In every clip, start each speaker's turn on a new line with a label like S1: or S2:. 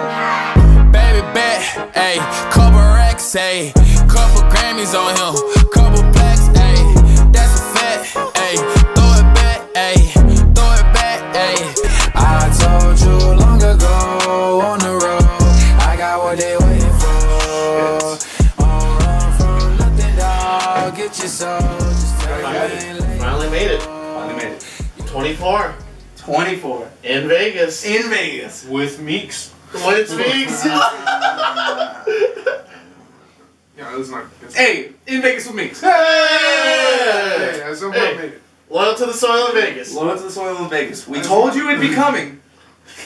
S1: Baby bet, ayy, couple racks, ayy, couple Grammys on him, couple plaques, ayy, that's a fact, ayy, throw it back, ayy, throw it back, ayy. I told you long ago on the road, I got what they waiting for. On run from nothing, dog, get your soul. Just tell me it ain't late.
S2: Finally made it.
S3: Finally made it.
S2: 24
S3: 24
S2: in Vegas.
S3: in Vegas with Meeks.
S2: What it means?
S4: Yeah, it's not. It's,
S3: Hey, in Vegas with Meeks.
S4: hey,
S2: Hey!
S4: I somehow made
S2: Hey,
S4: it.
S2: loyal to the soil of Vegas.
S3: Low to the soil in Vegas. We told you it'd be coming,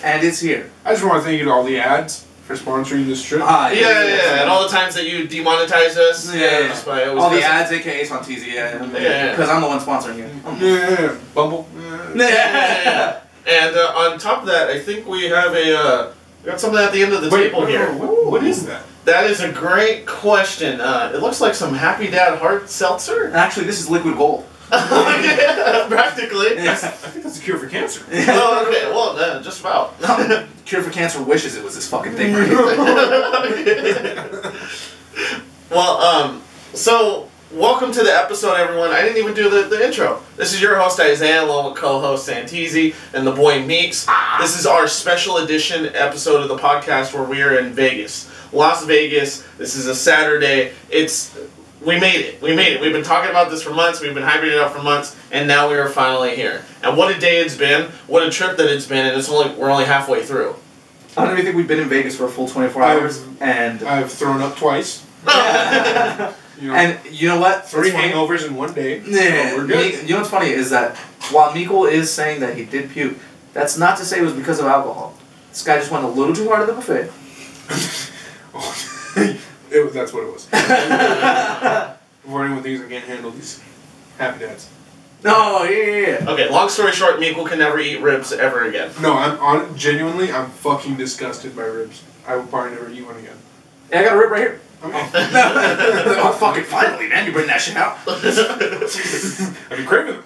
S3: and it's here.
S4: I just want to thank you to all the ads for sponsoring this trip.
S3: Ah,
S2: Yeah, yeah, yeah. And all the times that you demonetize us.
S3: Yeah, yeah, yeah.
S2: that's why I always
S3: All the
S2: does it.
S3: ads, aka Santizia, yeah,
S2: Yeah.
S3: because I'm the one sponsoring you.
S4: yeah, Bumble. Yeah.
S2: Yeah. And uh, on top of that, I think we have a uh, we got something at the end of the
S4: Wait,
S2: table
S4: wait,
S2: here.
S4: wait, what- what is that?
S2: That is a great question. Uh, it looks like some Happy Dad hard seltzer.
S3: Actually, this is liquid gold.
S2: Practically.
S3: Yes.
S4: I think that's a cure for cancer.
S2: Oh, okay. Well, uh, just about.
S3: Cure for Cancer wishes it was this fucking thing. Right?
S2: well, um, so welcome to the episode, everyone. I didn't even do the, the intro. This is your host Isaiah, along with co-host Santisi and the boy Meeks. This is our special edition episode of the podcast where we are in Vegas, Las Vegas. This is a Saturday. It's we made it. We made it. We've been talking about this for months. We've been hyping it up for months, and now we are finally here. And what a day it's been. What a trip that it's been. And it's only we're only halfway through.
S3: I don't even think we've been in Vegas for a full 24
S4: I-
S3: hours, and
S4: I've thrown up twice. You know,
S3: and you know what?
S4: three
S3: It's funny.
S4: hangovers in one day.
S3: Yeah,
S4: So we're good.
S3: Me- you know what's funny is that while Mikkel is saying that he did puke, that's not to say it was because of alcohol. This guy just went a little too hard at the buffet.
S4: It was- that's what it was. Before anyone thinks I can't handle these happy dads.
S3: No, yeah, yeah, yeah.
S2: Okay. Long story short, Meeple can never eat ribs ever again.
S4: No, I'm on. Genuinely, I'm fucking disgusted by ribs. I will probably never eat one again.
S3: Hey, I got a rib right here.
S4: I'm,
S3: oh, fucking finally, man! You bring that shit out.
S4: I've been craving them.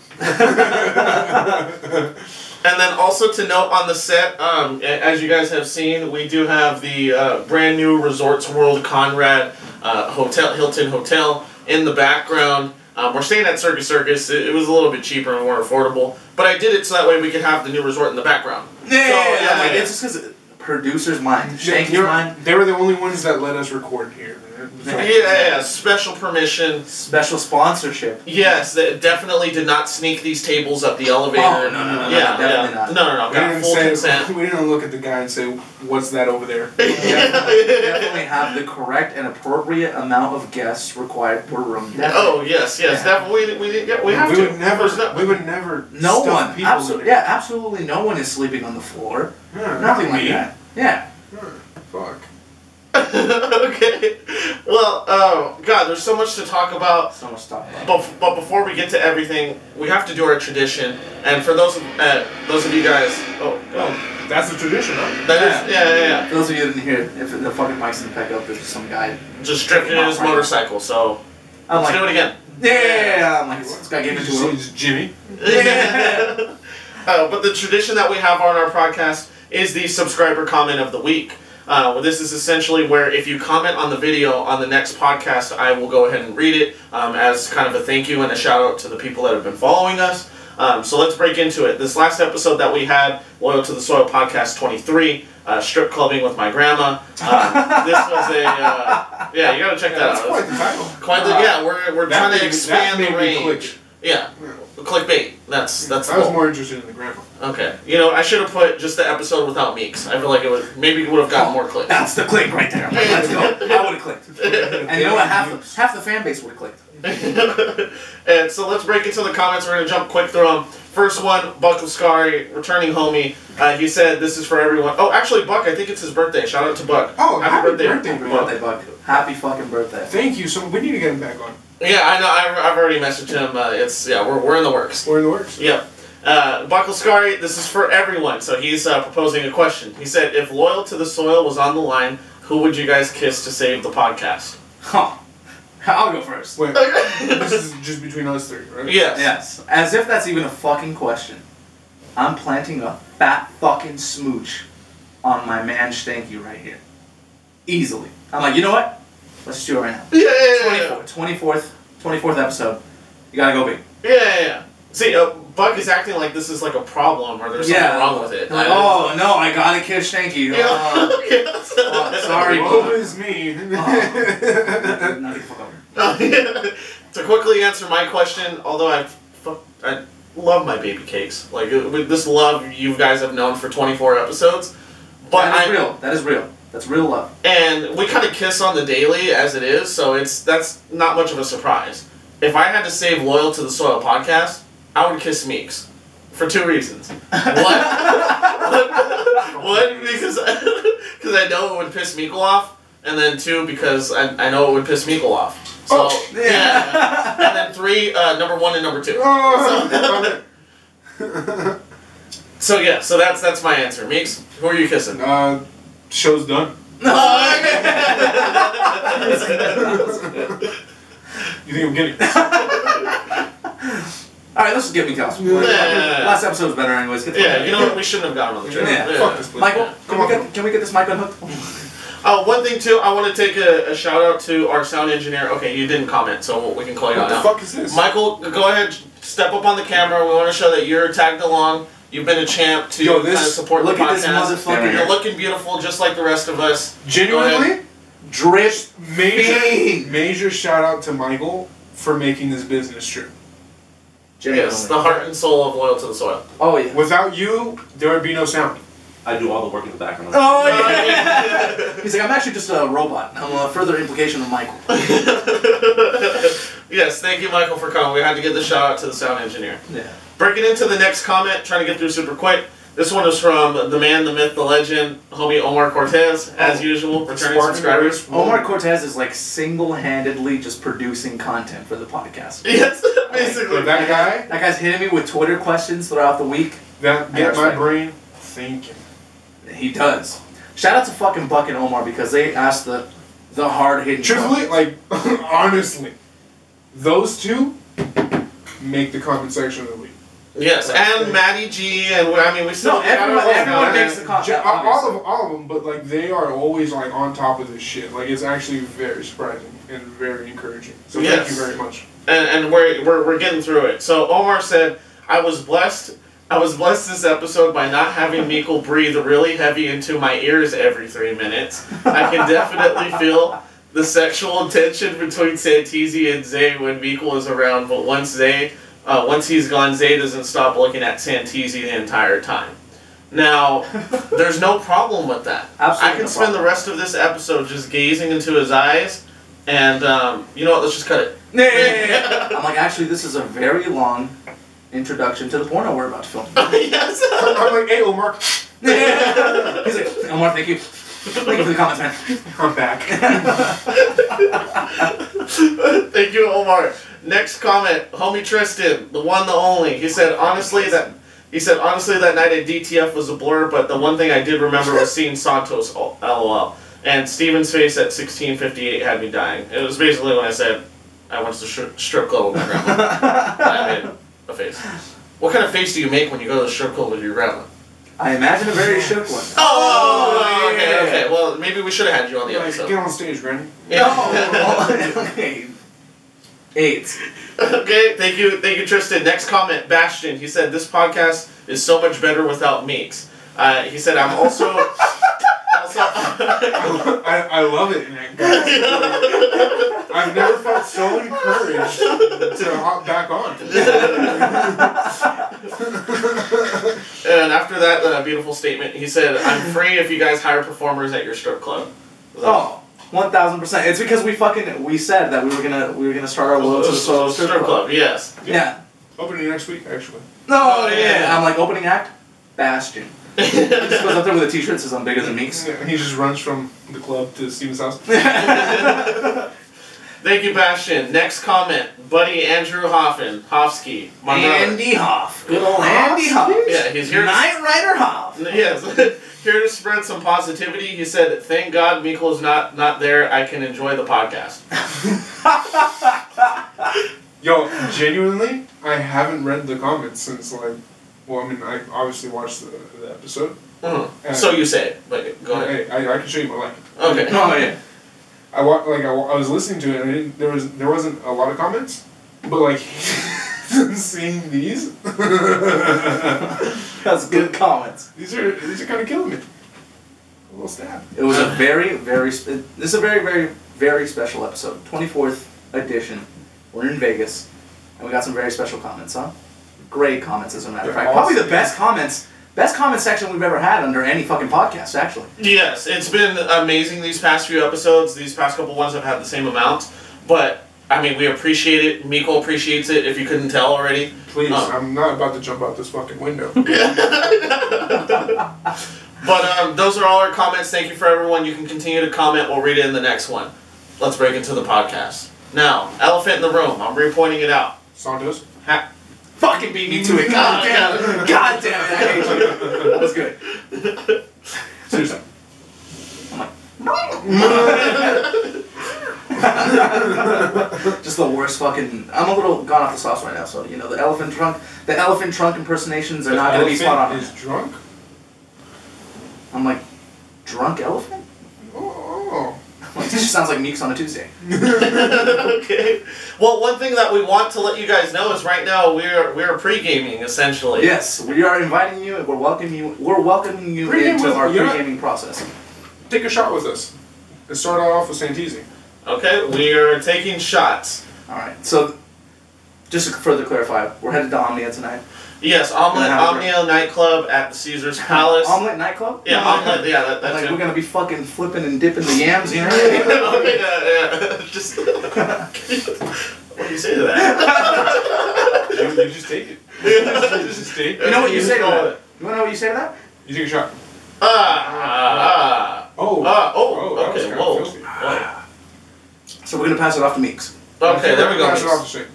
S2: And then also to note on the set, um, a- as you guys have seen, we do have the uh, brand new Resorts World Conrad uh, Hotel Hilton Hotel in the background. Um, we're staying at Circus Circus. It, it was a little bit cheaper and more affordable, but I did it so that way we could have the new resort in the background.
S3: Yeah,
S2: So,
S3: yeah, yeah,
S2: yeah,
S3: Like,
S2: yeah.
S3: it's just because producer's mind,
S4: They-
S3: Shanky's
S4: you're-
S3: mind,
S4: They were the only ones that let us record here.
S2: Yeah, yeah, yeah. special permission.
S3: special sponsorship.
S2: Yes, that definitely did not sneak these tables up the elevator.
S3: Oh, no, no, no, no,
S2: yeah,
S3: definitely
S2: yeah.
S3: not.
S2: No, no, no.
S4: We
S2: Got
S4: didn't,
S2: full
S4: say,
S2: consent.
S4: we didn't look at the guy and say, "What's that over there?"
S3: Definitely, definitely have the correct and appropriate amount of guests required per room.
S2: Oh yes, yes.
S3: Yeah.
S2: That we we, yeah, we have
S4: we
S2: to.
S4: would never.
S2: There's no-
S4: we would never.
S3: No
S4: stuff
S3: one,
S4: Oh, People
S3: absolutely, yeah, absolutely no one is sleeping on the floor. Nothing like that. Yeah.
S4: Fuck.
S2: okay. Well, oh God, there's so much to talk about.
S3: So much stuff.
S2: But, but before we get to everything, we have to do our tradition. And for those of, uh, those of you guys, oh, oh
S4: That's the tradition, huh?
S2: that is- yeah. yeah, yeah,
S3: For those of you that didn't hear, if the fucking mic's in the pack up, there's just some guy.
S2: just drifted in his motorcycle. So
S3: I'm
S2: let's do it
S3: like,
S2: again.
S3: yeah, yeah, yeah. I'm like, this guy gave it to him.
S4: It's Jimmy.
S2: uh, but the tradition that we have on our podcast is the subscriber comment of the week. Uh, well, this is essentially where if you comment on the video on the next podcast, I will go ahead and read it um, as kind of a thank you and a shout out to the people that have been following us. Um, so let's break into it. This last episode that we had, Loyal to the Soil Podcast 23, uh, Strip Clubbing with My Grandma. Um, this was a, uh, yeah, you gotta check that
S4: That's
S2: out.
S4: quite the title.
S2: Quite the- yeah, we're, we're
S4: Uh, That
S2: trying
S4: made
S2: to
S4: me-
S2: expand
S4: that
S2: the
S4: made me
S2: range.
S4: click.
S2: Yeah, clickbait. That's that's. the
S4: I was
S2: goal.
S4: more interested in the grandma.
S2: Okay. You know, I should have put just the episode without Meeks. I feel like it would maybe would have gotten more clicks.
S3: That's the click right there. I'm like, let's go. I would have clicked. And you know what? Half the, half the fan base would have clicked.
S2: and so let's break into the comments. We're gonna jump quick through them. First one, Buck Lascari, returning homie. Uh, he said, "This is for everyone." Oh, actually, Buck, I think it's his birthday. Shout out to Buck.
S4: Oh, happy birthday,
S2: Buck.
S4: Buck.
S3: Birthday bug. Happy fucking birthday.
S4: Thank you. So we need to get him back on.
S2: Yeah, I know. I've, I've already messaged him. Uh, it's yeah, we're, we're in the works.
S4: We're in the works.
S2: Yep. Uh, Buckle Scari, this is for everyone. So he's uh, proposing a question. He said, "If loyal to the soil was on the line, who would you guys kiss to save the podcast?"
S3: Huh. I'll go first.
S4: Wait, this is just between us three, right?
S2: yes.
S3: Yes. As if that's even a fucking question. I'm planting a fat fucking smooch on my man Stanky right here. Easily. I'm like, you know what? Let's do it right now.
S2: Yeah, yeah, yeah, yeah.
S3: 24th, 24th, 24th episode. You gotta go big.
S2: Yeah, yeah, yeah. See, uh, Buck is acting like this is like a problem or there's something wrong with it.
S3: Like, oh no, I gotta kiss Stanky.
S2: Yeah.
S3: Uh,
S2: Yes.
S3: oh, sorry,
S4: Woe
S3: Bob.
S4: is me.
S3: Oh. Not even fuck over.
S2: to quickly answer my question, although I, fuck, I love my baby cakes. Like uh, with this love you guys have known for 24 episodes, but
S3: that
S2: I
S3: is real. That is real. That's real love.
S2: and we kind of kiss on the daily as it is, so it's that's not much of a surprise. If I had to save loyal to the soil podcast, I would kiss Meeks for two reasons. One, one because because I know it would piss Meekle off, and then two because I, I know it would piss Meekle off. So
S4: Oh,
S2: yeah. and then three, uh, number one and number two.
S4: Oh,
S2: So yeah, so that's that's my answer. Meeks, who are you kissing?
S4: uh, show's done. You think I'm kidding?
S3: All right, let's just get me costume.
S4: Yeah.
S3: Last episode was better, anyways. Get the fuck
S2: Yeah,
S3: out
S2: you
S3: of
S2: know what? We shouldn't have gotten on the
S4: Yeah.
S2: train.
S4: Fuck this place.
S3: Michael,
S2: Yeah.
S3: can,
S4: Come
S3: we
S4: on.
S3: get, can we get this mic unhooked?
S2: Uh, one thing too, I want to take a, a shout out to our sound engineer. Okay, you didn't comment, so we can call you
S4: What
S2: out
S4: the
S2: now.
S4: fuck is this?
S2: Michael, go ahead, step up on the camera. We want to show that you're tagged along. You've been a champ to
S4: Yo,
S2: kind of
S4: this-
S2: support
S3: look
S2: the
S3: at this
S2: podcast.
S3: motherfucker.
S2: You're looking beautiful, just like the rest of us. Go ahead.
S4: Genuinely,
S3: Drip.
S4: major,
S3: Fiend.
S4: major shout out to Michael for making this business true.
S2: Yes, the heart and soul of loyal to the soil.
S3: Oh yeah.
S4: Without you, there would be no sound.
S5: I do all the work in the background.
S3: Oh yeah. He's like, I'm actually just a robot. I'm a further implication of Michael.
S2: yes, thank you, Michael, for coming. We had to give the shout out to the sound engineer.
S3: Yeah.
S2: Breaking into the next comment, trying to get through super quick. This one is from the man, the myth, the legend, homie Omar Cortez, as
S4: Oh,
S2: usual, returning
S4: Spartan
S2: subscribers.
S4: Race.
S3: Omar Cortez is like single-handedly just producing content for the podcast.
S2: Yes, basically.
S4: But that guy,
S3: That guy's hitting me with Twitter questions throughout the week.
S4: that
S3: That's
S4: get my
S3: right.
S4: brain thinking.
S3: He does. Shout out to fucking Buck and Omar because they asked the the hard hitting.
S4: Truthfully, like honestly, those two make the comment section of the week.
S2: Yes, and Maddie G, and we- I mean, we still.
S3: No, everyone-
S2: we gotta-
S3: everyone makes the comment,
S4: Ju- all- all
S3: obviously.
S4: of all of them, but like they are always like on top of this shit. Like it's actually very surprising and very encouraging. So
S2: Yes.
S4: thank you very much.
S2: and, and we're, we're, we're getting through it. So Omar said, I was blessed. I was blessed this episode by not having Meekle breathe really heavy into my ears every three minutes. I can definitely feel the sexual tension between Santisi and Zay when Meekle is around, but once Zay, uh, once he's gone, Zay doesn't stop looking at Santisi the entire time. Now, there's no problem with that.
S3: Absolutely
S2: I can
S3: no
S2: spend the
S3: problem.
S2: rest of this episode just gazing into his eyes, and um, you know what? Let's just cut it.
S3: E? I'm like, actually, this is a very long introduction to the porno we're about to film.
S2: yes.
S4: I'm like, hey Omar,
S3: He's like, Omar, thank you. Thank you for the comments, man.
S4: I'm back.
S2: Thank you, Omar. Next comment, homie Tristan, the one, the only. He said honestly that he said honestly that night at DTF was a blur, but the one thing I did remember was seeing Santos. L- LOL. And Steven's face at 16:58 had me dying. It was basically when I said I went to the stri- strip club with my grandma. I made a face. What kind of face do you make when you go to the strip club with your grandma?
S3: I imagine a very shook one.
S2: Oh, okay,
S3: yeah.
S2: okay. Well, maybe we should have had you on the
S4: Like,
S2: episode.
S4: get on stage, Granny.
S3: No. okay. Eight.
S2: Okay, thank you, thank you, Tristan. Next comment, Bastion. He said this podcast is so much better without Meeks. Uh, he said I'm also. also
S4: I, I love it, man. I've never felt so encouraged to hop back on.
S2: and after that uh, beautiful statement, he said I'm free if you guys hire performers at your strip club.
S3: Oh. One thousand percent. It's because we fucking we said that we were gonna we were gonna start our low to the soil
S2: strip club, yes.
S3: Yeah.
S4: Opening next week, actually.
S3: No.
S2: Oh, yeah.
S3: I'm like opening act, Bastion. He just goes up there with a T-shirt that says I'm bigger than Meeks.
S4: He just runs from the club to Steven's house.
S2: Thank you, Bastion. Next comment, buddy Andrew Hoffman, Hofsky, my brother.
S3: Andy Hoff. Good old Andy Hoff.
S2: Yeah, he's here to-
S3: Knight Rider Hoff.
S2: Yes, here to spread some positivity. He said, "Thank God Miko's not not there. I can enjoy the podcast."
S4: Yo, genuinely, I haven't read the comments since like. Well, I mean, I obviously watched the, the episode.
S2: Mhm.
S4: Uh,
S2: so you say it, but go ahead.
S4: I, I, I can show you my like.
S2: Okay.
S3: Oh yeah.
S4: I wa- like I, wa- I was listening to it and I didn't, there was there wasn't a lot of comments, but like seeing these,
S3: That's good comments.
S4: these are these are kind of killing me. A little stab.
S3: It was a very, very. Sp- this is a very, very, very special episode. Twenty fourth edition. We're in Vegas, and we got some very special comments, huh? Great comments, as a matter of
S4: They're
S3: fact. Probably the
S4: awesome.
S3: best comments, best comment section we've ever had under any fucking podcast, actually.
S2: Yes, it's been amazing these past few episodes. These past couple ones have had the same amount, but I mean, we appreciate it. Miko appreciates it. If you couldn't tell already,
S4: Please,
S2: Um,
S4: I'm not about to jump out this fucking window.
S2: But um, those are all our comments. Thank you for everyone. You can continue to comment. We'll read it in the next one. Let's break into the podcast. Now, elephant in the room. I'm repointing it out.
S4: Santos.
S2: Ha-
S3: Fucking beat me to it. God damn it. God damn it. I hate you. That was good.
S4: Seriously.
S3: Just the worst fucking. I'm a little gone off the sauce right now, so you know the elephant trunk. The elephant trunk impersonations are not gonna be spot on.
S4: Elephant Is drunk.
S3: I'm like, drunk elephant?
S4: Oh,
S3: I'm like, this just sounds like Meeks on a Tuesday.
S2: okay. Well, one thing that we want to let you guys know is right now we're we're pre-gaming essentially.
S3: Yes, we are inviting you. and We're welcoming you. We're welcoming you
S4: Pre-game
S3: into
S4: was-
S3: our
S4: you're not-
S3: pre-gaming process.
S4: take a shot with us. And start off with Santisi.
S2: Okay. We are taking shots.
S3: All right. So, just to further clarify, we're headed to Omnia tonight.
S2: Yes, omelet
S3: Yeah.
S2: Omnia nightclub at the Caesar's Palace.
S3: Omelet nightclub.
S2: Yeah, omelet. Yeah, that, that's
S3: Like
S2: it.
S3: we're gonna be fucking flipping and dipping the yams, you know?
S2: okay, yeah, yeah. Just what do you say to that?
S4: You, you just take it. just take it.
S3: you know what you say to
S2: Call
S3: that? You wanna know what you say to that?
S4: You take a shot.
S2: Ah, ah,
S4: Oh.
S2: ah.
S4: Oh,
S2: Oh,
S4: that was
S2: okay.
S4: kinda
S2: Whoa.
S4: filthy.
S2: Whoa.
S3: So we're gonna pass it off to Meeks.
S2: Okay, there we go.
S4: Pass it off
S2: Okay,
S4: to Shane.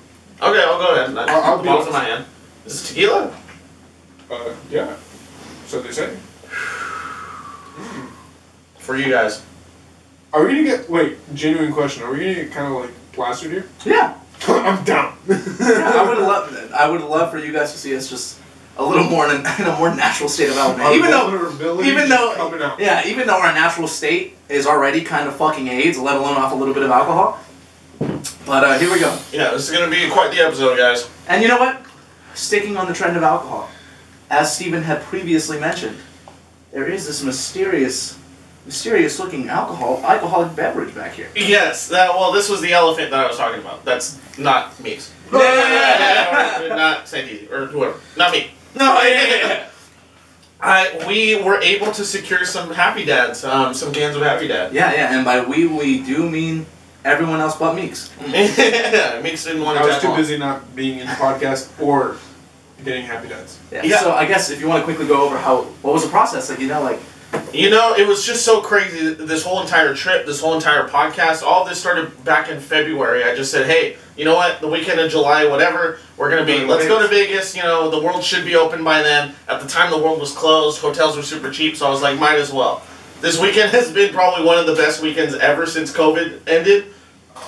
S2: I'll go ahead.
S4: I'll- I'll
S2: the
S4: be
S2: balls in my
S4: honest.
S2: hand. Is this tequila?
S4: Uh, yeah. So they say.
S2: For you guys.
S4: Are we gonna get wait? Genuine question. Are we gonna get kind of like plastered here?
S3: Yeah.
S4: I'm down.
S3: Yeah, I would love. I would love for you guys to see us just a little more in a, in a more natural state of
S4: Our
S3: element. Even though,
S4: vulnerability
S3: even
S4: is coming
S3: though,
S4: out.
S3: yeah, even though our natural state is already kind of fucking AIDS, let alone off a little bit of alcohol. But uh, here we go.
S2: Yeah, this is gonna be quite the episode, guys.
S3: And you know what? Sticking on the trend of alcohol, as Stephen had previously mentioned, there is this mysterious, mysterious-looking alcohol alcoholic beverage back here.
S2: Yes. That, well, this was the elephant that I was talking about. That's not me. not Sandy or whoever. Not me.
S3: No,
S2: I, we were able to secure some Happy Dads, um, some cans of Happy Dad.
S3: Yeah, yeah, and by we we do mean everyone else but Meeks.
S2: Mixed in one.
S4: Mm. I was
S2: tap
S4: too
S2: on.
S4: busy not being in the podcast or getting happy dads.
S3: Yeah.
S2: Yeah.
S3: So I guess if you want to quickly go over how what was the process, like you know, like
S2: You know, it was just so crazy. This whole entire trip, this whole entire podcast, all this started back in February. I just said, hey, you know what? The weekend of July, whatever, we're gonna be.
S4: Go to
S2: Let's go to
S4: Vegas."
S2: Vegas. You know, the world should be open by then. At the time, the world was closed. Hotels were super cheap, so I was like, might as well. This weekend has been probably one of the best weekends ever since COVID ended,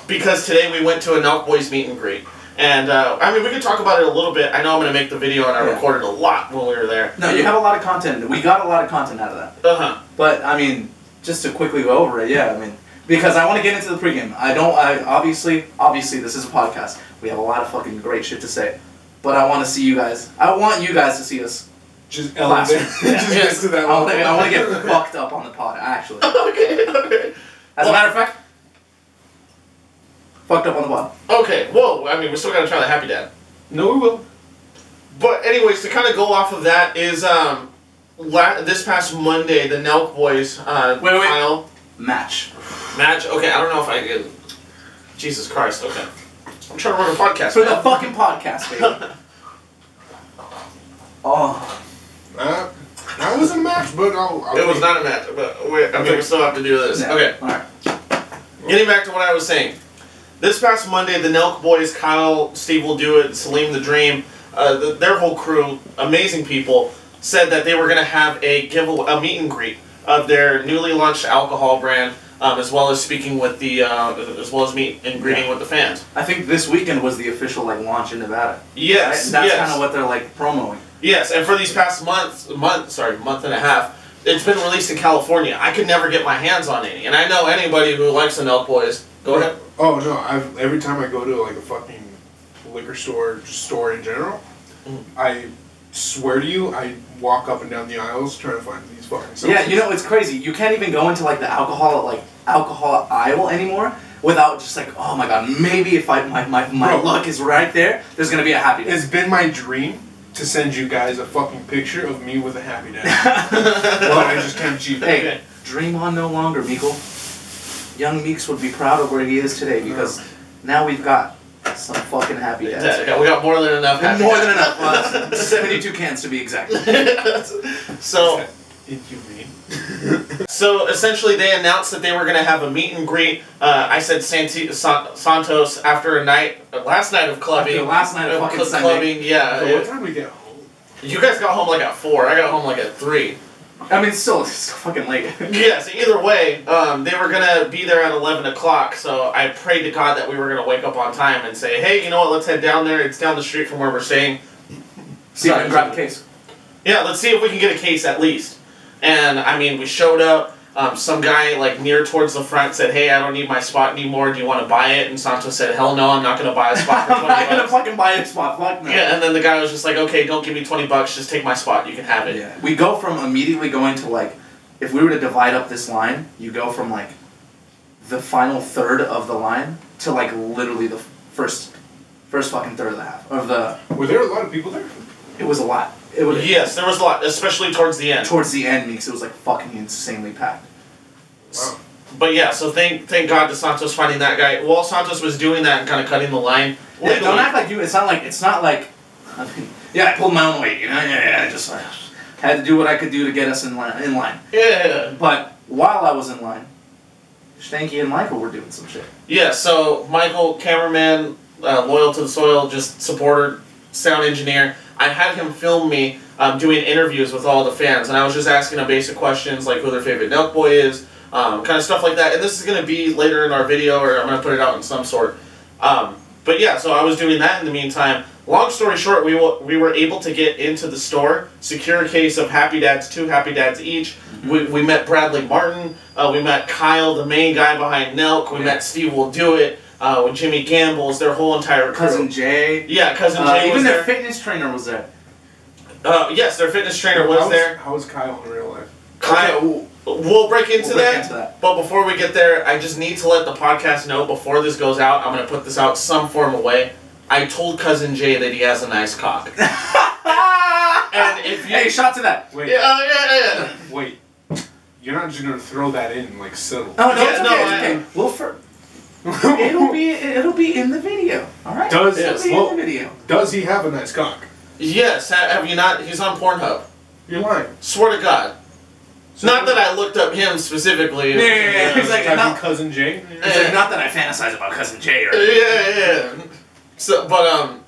S2: because today we went to a Knock Boys meet and greet. And uh, I mean, we could talk about it a little bit. I know I'm gonna make the video, and I
S3: Yeah.
S2: recorded a lot when we were there.
S3: no, you have a lot of content. We got a lot of content out of that.
S2: Uh huh.
S3: But I mean, just to quickly go over it, yeah, I mean, because I want to get into the pregame. I don't. I obviously, obviously, this is a podcast. We have a lot of fucking great shit to say. But I want to see you guys. I want you guys to see us.
S4: Just elevate.
S3: Yeah.
S4: just get to that
S3: I want to.
S4: level.
S3: I want to get fucked up on the pod. Actually,
S2: Okay. Okay.
S3: as a matter of fact, fucked up on the pod.
S2: Okay, whoa, I mean, we still gotta try the Happy Dad.
S4: No, we will.
S2: But, anyways, to kind of go off of that is, um, la- this past Monday, the Nelk Boys, uh,
S3: Wait, wait.
S2: final
S3: Match.
S2: match. Okay, I don't know if I can. Jesus Christ, okay. I'm trying to run a podcast.
S3: For the
S2: man.
S3: fucking podcast, baby. oh,
S4: Uh, that wasn't a match, but I'll. I'll
S2: It was not a match, but wait, I mean, we still have to do this.
S3: yeah.
S2: Okay,
S3: All right.
S2: getting back to what I was saying. This past Monday, the Nelk boys, Kyle, Steve will do it, Salim the Dream, uh, the, their whole crew, amazing people, said that they were going to have a give a meet and greet of their newly launched alcohol brand, um, as well as speaking with the, uh, as well as meet and greeting with the fans.
S3: I think this weekend was the official like launch in Nevada.
S2: Yes,
S3: Right? That's
S2: yes.
S3: kind of what they're like promoting.
S2: Yes, and for these past months, month, sorry, month and a half, it's been released in California. I could never get my hands on any, and I know anybody who likes an Elk Boys. Go ahead.
S4: Oh no! I've every time I go to like a fucking liquor store store in general,
S2: Mm.
S4: I swear to you, I walk up and down the aisles trying to find these fucking. Seltzers.
S3: Yeah, you know it's crazy. You can't even go into like the alcohol like alcohol aisle anymore without just like oh my god maybe if I my my, my
S4: Bro.
S3: luck is right there there's gonna be a happy day.
S4: It's been my dream to send you guys a fucking picture of me with a happy day, but I just can't achieve it.
S3: Hey,
S2: Okay.
S3: dream on no longer, Meekle. Young Meeks would be proud of where he is today because now we've got some fucking happy dads.
S2: Yeah, yeah, we got more than enough. happy
S3: More than
S2: dads.
S3: enough. uh, 72 cans to be exact.
S2: so.
S4: Inhumane.
S2: So essentially, they announced that they were going to have a meet and greet. Uh, I said Santi- San- Santos after a night, uh, last night of clubbing.
S3: After the last night of fucking
S2: cl-
S3: Sunday.
S2: clubbing, Uh, yeah.
S4: So what
S2: yeah.
S4: time we get home?
S2: You guys got home like at four. I got home like at three.
S3: I mean, it's still, it's still fucking late.
S2: Yeah. So either way, um, they were gonna be there at eleven o'clock. So I prayed to God that we were gonna wake up on time and say, "Hey, you know what? Let's head down there. It's down the street from where we're staying.
S3: See if I
S2: Sorry.
S3: can grab the case.
S2: Yeah, let's see if we can get a case at least. And I mean, we showed up. Um, some guy like near towards the front said, "Hey, I don't need my spot anymore. Do you want to buy it?" And Santos said, "Hell no, I'm not gonna buy a spot for
S3: I'm
S2: twenty
S3: not gonna
S2: bucks."
S3: fucking buy a spot. Fuck no.
S2: Yeah, and then the guy was just like, "Okay, don't give me twenty bucks. Just take my spot. You can have it."
S3: Yeah. We go from immediately going to like, if we were to divide up this line, you go from like the final third of the line to like literally the first, first fucking third of the half of the.
S4: Were there a lot of people there?
S3: It was a lot. It was
S2: Yes, there was a lot, especially towards the end.
S3: towards the end because it was like fucking insanely packed.
S4: Wow.
S2: But yeah, so thank thank God to Santos finding that guy. While Santos was doing that and kind of cutting the line,
S3: Yeah, don't
S2: legally-
S3: act like you. It's not like it's not like. I mean, yeah, I pulled my own weight. You know, yeah, yeah. I just uh, had to do what I could do to get us in line. In line.
S2: yeah.
S3: But while I was in line, Stanky and Michael were doing some shit.
S2: Yeah, so Michael, cameraman, uh, loyal to the soil, just supporter, sound engineer. I had him film me um, doing interviews with all the fans, and I was just asking them basic questions like who their favorite Nelk Boy is, um, kind of stuff like that. And this is going to be later in our video, or I'm going to put it out in some sort. Um, but yeah, so I was doing that in the meantime. Long story short, we, w- we were able to get into the store, secure a case of Happy Dads, two Happy Dads each.
S3: Mm-hmm.
S2: We, we met Bradley Martin. Uh, we met Kyle, the main guy behind Nelk. We met Steve Will Do It. Uh, with Jimmy Gambles, their whole entire crew.
S3: Cousin Jay.
S2: Yeah, cousin
S3: uh,
S2: Jay
S3: even
S2: was
S3: their
S2: there.
S3: fitness trainer was there.
S2: uh, yes, their fitness trainer was
S4: how
S2: there.
S4: How was Kyle in real life?
S2: Kyle,
S3: Okay,
S2: we'll break into
S3: We'll break
S2: that.
S3: into that.
S2: But before we get there, I just need to let the podcast know before this goes out. I'm gonna put this out some form of way. I told cousin Jay that he has a nice cock. and if you,
S3: hey, shot to that.
S4: Wait,
S2: yeah, uh, yeah, yeah.
S4: wait. You're not just gonna throw that in like subtle.
S3: Oh no,
S2: Yeah,
S3: it's
S2: no,
S3: okay. it's
S2: I-
S3: okay. We'll fir-
S2: Oh,
S3: it'll be it'll be in the video. All right.
S4: Does-
S3: it'll be
S4: well-
S3: in the video?
S4: Does he have a nice cock?
S2: Yes, ha- have you not? He's on Pornhub.
S4: You're lying.
S2: Swear to God. Not that I looked up him specifically.
S3: Yeah, yeah, yeah. He's like,
S4: Type in
S3: no.
S4: cousin Jay.
S3: It's like, not that I fantasize about cousin Jay or.
S2: yeah, yeah. yeah. So, but um,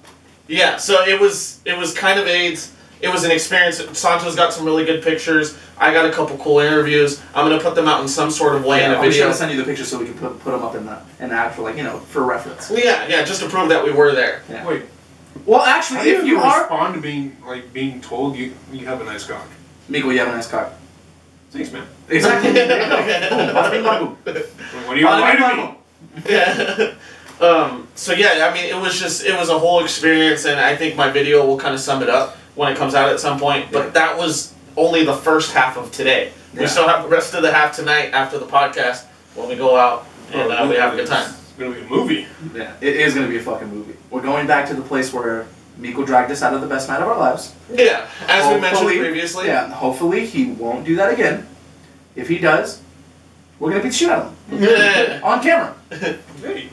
S2: yeah. So it was it was kind of AIDS. It was an experience. Santos got some really good pictures. I got a couple cool interviews. I'm gonna put them out in some sort of way in a
S3: Yeah, I'll be sure
S2: video.
S3: to send you the picture so we can put, put them up in the in the actual like you know for reference.
S2: Yeah, yeah, just to prove that we were there.
S3: Yeah.
S4: Wait,
S3: Well,
S4: how
S3: actually,
S4: do you,
S3: if you
S4: even
S3: are,
S4: respond to being like being told you you have a nice cock?
S3: Miguel, you have a nice car.
S4: Thanks, man.
S3: Exactly. There you go. Boom, bada bing, bada boom.
S4: Like, what do you
S3: Bada bing,
S4: want
S3: bada
S4: to me?
S3: boom.
S2: Yeah. um, so yeah, I mean, it was just it was a whole experience, and I think my video will kind of sum it up when it comes out at some point. But
S3: Yeah.
S2: that was only the first half of today. We
S3: Yeah.
S2: still have the rest of the half tonight after the podcast when we go out and uh, we have a good time.
S4: It's gonna be a movie.
S3: Yeah, it is gonna be a fucking movie. We're going back to the place where Miko dragged us out of the best night of our lives.
S2: Yeah, as we mentioned
S3: Hopefully-
S2: previously.
S3: Yeah, hopefully he won't do that again. If he does, we're gonna beat the shit out of him
S2: Yeah.
S3: on camera.
S4: Hey,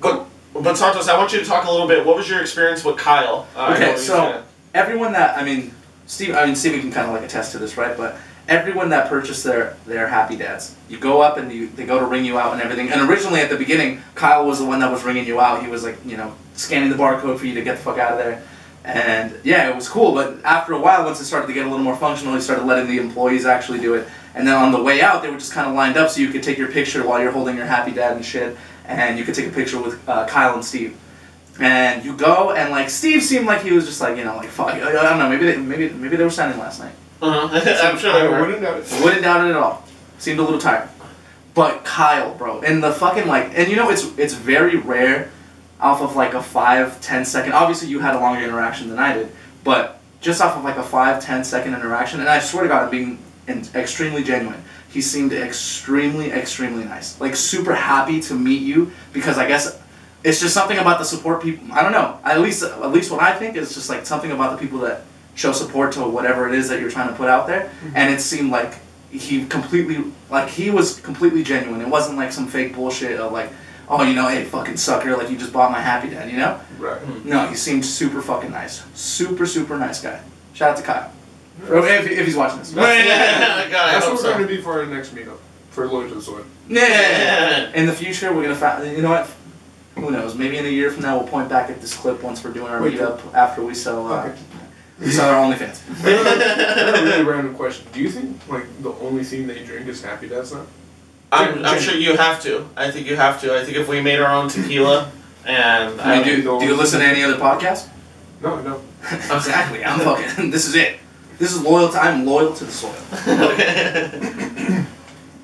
S2: But, but Santos, I want you to talk a little bit. What was your experience with Kyle? Uh, I know
S3: Okay,
S2: he's
S3: so
S2: gonna-
S3: everyone that I mean, Steve. I mean, Steve can kind of like attest to this, right? But everyone that purchased their their Happy Dads, you go up and you they go to ring you out and everything. And originally at the beginning, Kyle was the one that was ringing you out. He was like, you know, scanning the barcode for you to get the fuck out of there. And yeah, it was cool. But after a while, once it started to get a little more functional, he started letting the employees actually do it. And then on the way out, they were just kind of lined up so you could take your picture while you're holding your Happy Dad and shit. And you could take a picture with uh, Kyle and Steve and you go and like Steve seemed like he was just like you know like fuck I don't know maybe they, maybe maybe they were standing last night
S2: Uh-huh. I'm sure they
S4: I
S2: were.
S4: wouldn't doubt it.
S3: wouldn't doubt it at all seemed a little tired but Kyle bro in the fucking like and you know it's it's very rare off of like a five ten second obviously you had a longer interaction than I did but just off of like a five ten second interaction and I swear to God I'm being in, extremely genuine he seemed extremely extremely nice like super happy to meet you because I guess it's just something about the support people. I don't know. At least, at least what I think is just like something about the people that show support to whatever it is that you're trying to put out there. And it seemed like he completely, like he was completely genuine. It wasn't like some fake bullshit of like, oh, you know, hey, fucking sucker, like you just bought my happy dad, you know?
S4: Right.
S2: Hmm.
S3: No, he seemed super fucking nice. Super, super nice guy. Shout out to Kyle. Or If, if he's watching this.
S2: Yeah, God, I
S4: That's
S2: hope
S4: what we're
S2: so.
S4: gonna do for our next meetup for Lord to the Sword.
S3: Yeah. In the future, we're gonna find. You know what? Who knows? Maybe in a year from now, we'll point back at this clip once we're doing our
S4: Wait,
S3: meetup after we sell. Uh,
S4: Okay.
S3: we sell our OnlyFans.
S4: I have a really random question. Do you think like the only thing they drink is Happy Dad's now?
S2: I'm, I'm sure you have to. I think you have to. I think if we made our own tequila and
S3: I mean,
S2: I,
S3: do, do you listen to any other podcast?
S4: No, no.
S3: exactly. I'm fucking. This is it. This is loyal. To, I'm loyal to the soil.